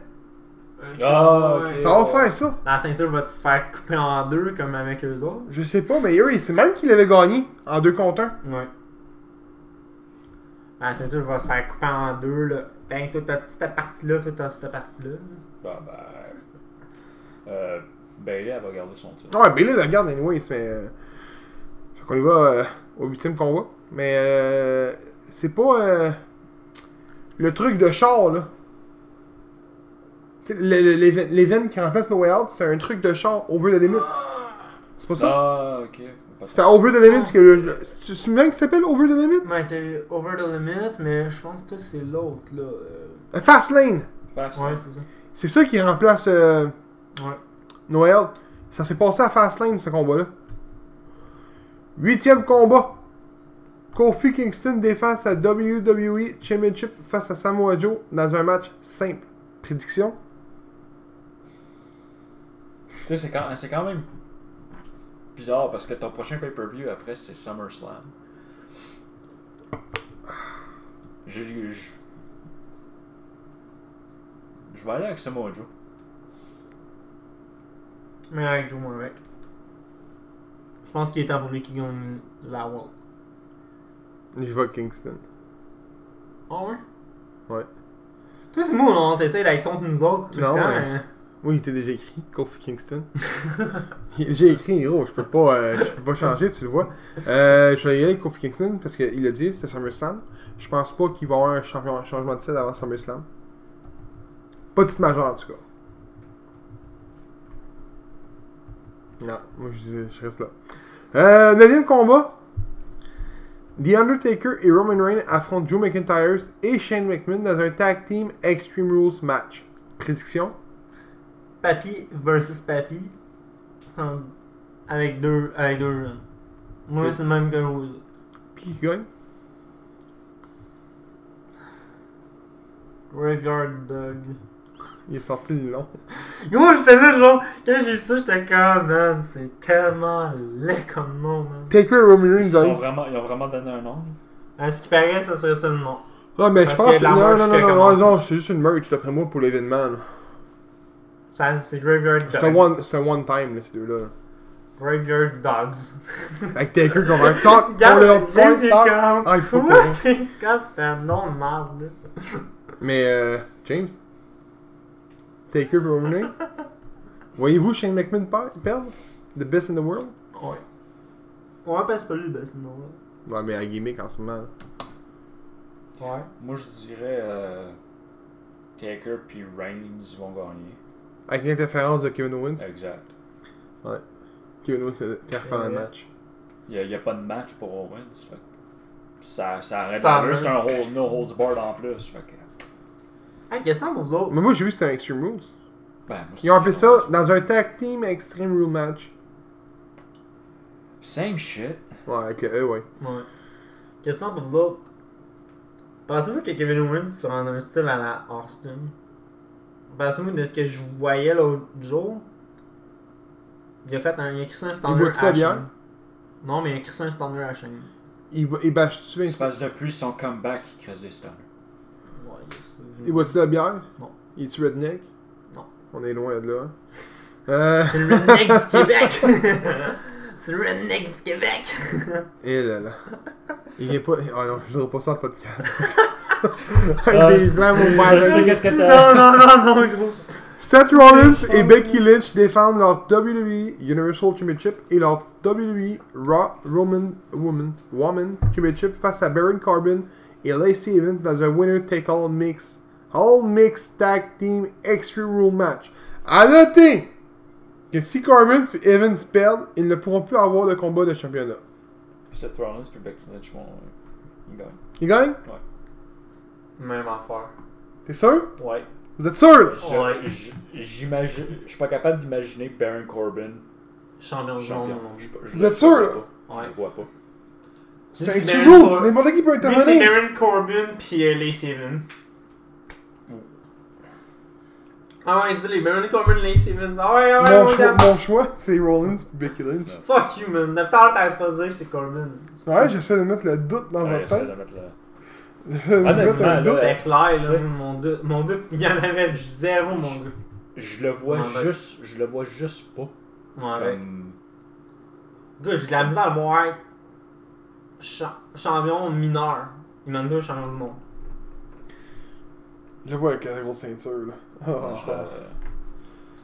Ah, ok. Ça va faire ça. La ceinture va-tu se faire couper en deux comme avec eux autres? Je sais pas, mais eux, c'est même qu'ils l'avaient gagné en 2 contre 1. Ouais. La ceinture va se faire couper en deux, là. Ben, toi, t'as cette partie-là, toi, t'as cette partie-là. Bah, bah. Euh, Bailey, elle va garder son titre. Ah ouais, Bailey le regarde anyways, mais... Euh, fait qu'on y va euh, au huitième combat. Mais euh, c'est pas euh, le truc de char, là. Tu sais, le- le- l'éve- L'événement qui remplace No Way Out, c'est un truc de char, Over the Limit. C'est pas ça? Ah, ok. Parce C'était Over the Limit, que le- le- tu te souviens qu'il s'appelle Over the Limit? Ouais, t'as eu Over the Limit, mais je pense que toi, c'est l'autre, là. euh. Euh, Fast Lane! Faire ça. Ouais, c'est ça. C'est ça qui remplace euh, Ouais. No Way Out. Ça s'est passé à Fast Lane, ce combat-là. Huitième combat. Kofi Kingston défend sa WWE E Championship face à Samoa Joe dans un match simple. Prédiction Tu sais, c'est quand, c'est quand même bizarre parce que ton prochain pay-per-view après, c'est SummerSlam. Je, je, je- je vais aller avec Samoa Joe. Mais avec Joe Morek. Je pense qu'il est temps pour lui qu'il gagne la World. Je vois Kingston. Oh ouais? Ouais. Toi, c'est moi, on t'essaie d'être contre nous autres tout Non, le temps. ouais. hein. Oui, il était déjà écrit, Kofi Kingston. [LAUGHS] J'ai écrit, gros, je peux pas, euh, je peux pas changer, tu le vois. Euh, je vais y aller avec Kofi Kingston parce qu'il l'a dit, c'est SummerSlam. Je pense pas qu'il va y avoir un, champion- un changement de titre avant SummerSlam. Pas de titre majeur, en tout cas. Non, moi je, dis- je reste là. Euh, neuvième combat. The Undertaker et Roman Reigns affrontent Joe McIntyre et Shane McMahon dans un tag team Extreme Rules match. Prédiction Papy versus Papy. en- Avec deux, avec deux jeunes. Moi, Oui. c'est le même que vous. Qui gagne Graveyard Dog. Il est sorti le nom. Yo, j'étais là, genre, quand j'ai vu ça, j'étais comme, man, c'est tellement laid comme nom, man. Taker et Roman Reigns Ils, sont gagnent. vraiment, ils ont vraiment donné un nom. À Euh, ce qui paraît, ça serait ça le nom. Ah, mais je Parce pense. qu'il y a de la Non, merch non, qui non, a non, non, commencé. non, c'est juste une merch d'après moi pour l'événement. là. Ça, c'est Graveyard C'est un Dog. one- c'est un one-time, là, ces deux-là. là. Graveyard Dogs. Avec Taker qu'on va talk pour [LAUGHS] Regarde, le long de James, talk, il est talk. comme, Ah, il [LAUGHS] faut Quoi, pas. c'est quand c'est un nom de merde, là? Mais, euh, James Taker peut revenir. Voyez-vous Shane McMahon par- perdre The best in the world Ouais. Ouais, parce que c'est pas lui le best, non. là. Ouais, mais à gimmick en ce moment. là. Ouais. Moi, je dirais euh, Taker puis Reigns vont gagner. Avec l'interférence de Kevin Owens. Exact. Kevin Owens interfère dans le match. Il n'y a, pas de match pour Owens. Fait. que Ça, ça arrête C'est en de- C'est un. un hold, no holds barred en plus. Fait. que- Hey, question pour vous autres. Mais moi, j'ai vu que c'était un Extreme Rules. Ben, moi, c'est- Ils ont appelé ça dans un tag team Extreme Rule match. Same shit. Ouais, avec le E, ouais. Ouais. Question pour vous autres. Pensez-vous que Kevin Owens sera dans un style à la Austin? Pensez-vous de ce que je voyais l'autre jour? Il a fait un, il a écrit un standard boit-tu la à bière? Shane. Non, mais il a écrit un standard à Shane. Il, il bâche-tu C'est bien- parce que depuis son comeback, il crée des stunners. Ouais, yes. Il boit-tu de la bière Non. Il est-tu redneck Non. On est loin de là. hein. Euh. C'est le redneck du Québec! C'est le redneck du Québec! Et eh là là. Il vient pas. Oh non, je dirais pas ça en [LAUGHS] podcast. Ah, Avec des blancs, mon Je sais père. qu'est-ce que t'as. Non, [LAUGHS] non, non, non, gros! Seth Rollins et Becky Lynch défendent leur WWE Universal Championship et leur WWE Raw Roman Woman, Woman Championship face à Baron Corbin et Lacey Evans dans un winner take all mix. All mix tag team extreme rule match. À noter que si Corbin et Evans perdent, ils ne pourront plus avoir de combat de championnat. Seth Rollins puis Becky Lynch vont euh, ils gagnent. Ils gagnent? Même affaire. T'es sûr? Ouais. Vous êtes sûr là? Je- Ouais. je- J'imagine. Je suis pas capable d'imaginer Baron Corbin Champion du monde. champion. non, non. Je- je- Vous êtes je sûr, le là? vois pas. Je le vois pas. C'est un C'est extreme Baron rules, Cor- n'importe qui peut Lui, c'est intervenir. Baron Corbin pis euh, Lacey Evans. Oh. Ah ouais, dis-les, Baron Corbin, Lacey Evans. Ah ouais, Mon ah ouais, mon choix, gars. mon choix, c'est Rollins et Becky Lynch. Ouais. Fuck you, man. Depuis tard, t'avais pas dit que c'est Corbin. Ouais, j'essaie de mettre le doute dans Ouais, votre j'essaie tête. de mettre le- J'essaie de mettre Honnêtement, un là, doute. C'était clair, là. Ouais. Mon doute, mon doute, il y en avait zéro, mon gars. Je le vois Ouais, ouais. juste. Je le vois juste pas. Ouais, ouais. Comme... Gars, j'ai de la misère à le voir cha- champion mineur. Il mène deux champions du monde. Je le vois avec la grosse ceinture, là. [LAUGHS] Je, Ah. euh,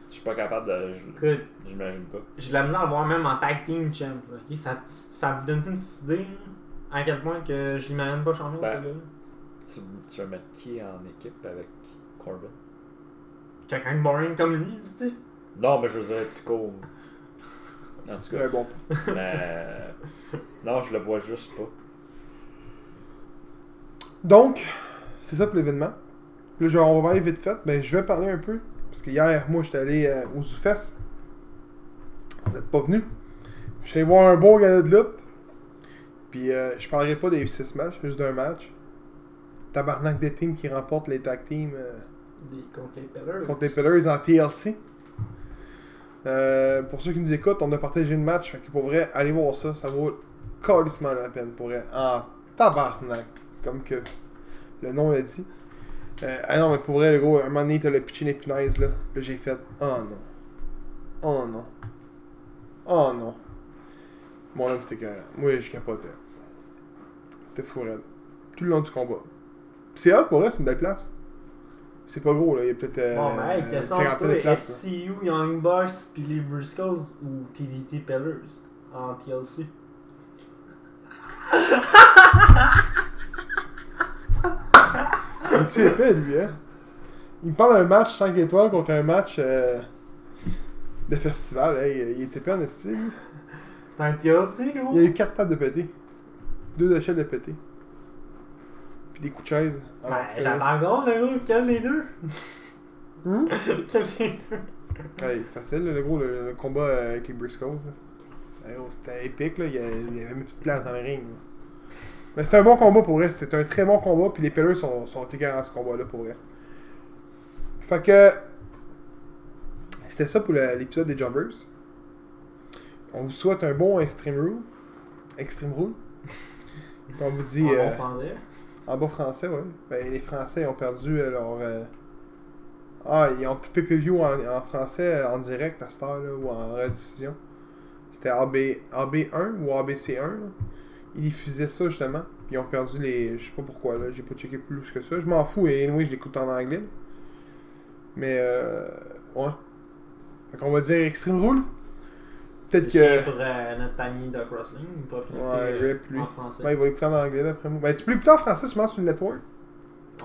je suis pas capable de. je- Écoute, J'imagine pas. j'ai de la misère à le voir même en tag team champ. là, ok? Ça, ça vous donne une petite idée là, à quel point que je l'imagine pas champion, Ben. ce gars-là? Tu, tu veux mettre qui en équipe avec Corbin Quelqu'un de boring comme lui, tu sais. Non, mais je veux dire, tout court. En tout Mais cas, bon. mais. Non, je le vois juste pas. Donc, c'est ça pour l'événement. Là, je- on va parler vite fait. Ben, je vais parler un peu. Parce que hier, moi, j'étais allé euh, au ZooFest. Vous n'êtes pas venus. Je suis allé voir un beau gala de lutte. Puis, euh, je parlerai pas des 6 matchs, juste d'un match. Tabarnak des teams qui remportent les tag teams. euh, Des contre les Pellers. contre les Pillars en TLC. Euh, pour ceux qui nous écoutent, on a partagé le match. Fait que pour vrai, allez voir ça. Ça vaut calissement la peine. Pour vrai, en tabarnak. Comme que le nom l'a dit. Euh, ah non, mais pour vrai, le gros, à un moment donné, t'as le pitching et punaise là. Là, j'ai fait. Oh non. Oh non. Oh non. Mon homme, c'était carré. Moi, je capotais. C'était fou, raide. Tout le long du combat. Pis C'est hot, pour vrai, c'est une belle place. C'est pas gros, là. Il y a peut-être. Euh, Bon, ben, hey, question pour 50 de toi, place. là. SCU, Young Bucks, puis les Briscoes ou TDT Pellers en TLC? eh? Il tue épais, lui, hein. Il me parle d'un match 5 étoiles contre un match euh, de festival. hein. Il, il est épais en esti, lui. C'est un TLC, gros? Il y a eu 4 tables de pété. 2 échelles de pété. Puis des coups de chaise. en Ben, entrée. j'attends encore, le gros. Quel des deux? [LAUGHS] Hum? Quel des deux? Ouais, c'est facile, là, le gros, le, le combat euh, avec les Briscoes. là. Ouais, gros, C'était épique, là. Il y a- il y avait même plus de place dans le ring. là. Mais c'était un bon combat pour vrai. C'était un très bon combat. Puis les Pellers sont, sont égarés à ce combat-là pour vrai. Fait que. C'était ça pour le- l'épisode des Jobbers. On vous souhaite un bon Extreme Rule. Extreme Rule. Puis on vous dit. En euh, bon français. en bas français, ouais. Ben, les Français ont perdu euh, leur. euh, Ah, ils ont plus PPV en, en français euh, en direct à cette heure-là ou en rediffusion. C'était AB, AB1 ou ABC1. là. Ils diffusaient ça justement. Puis ils ont perdu les. Je sais pas pourquoi là, j'ai pas checké plus que ça. Je m'en fous et anyway, je l'écoute en anglais. là. Mais, euh, ouais. Fait qu'on va dire Extreme Rule. Peut-être Il que. faudrait euh, notre ami Doc Rustling, une propriété Ouais, euh, rip, lui. en français. Ouais, il va écouter en anglais d'après moi. Ben, tu peux l'écouter en français, je pense, sur le network.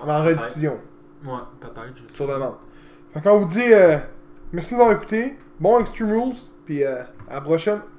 En Ouais. rediffusion, Ouais, peut-être. je sais sur demande. Fait qu'on vous dit euh, merci d'avoir écouté. Bon Extreme Rules, puis euh, à la prochaine.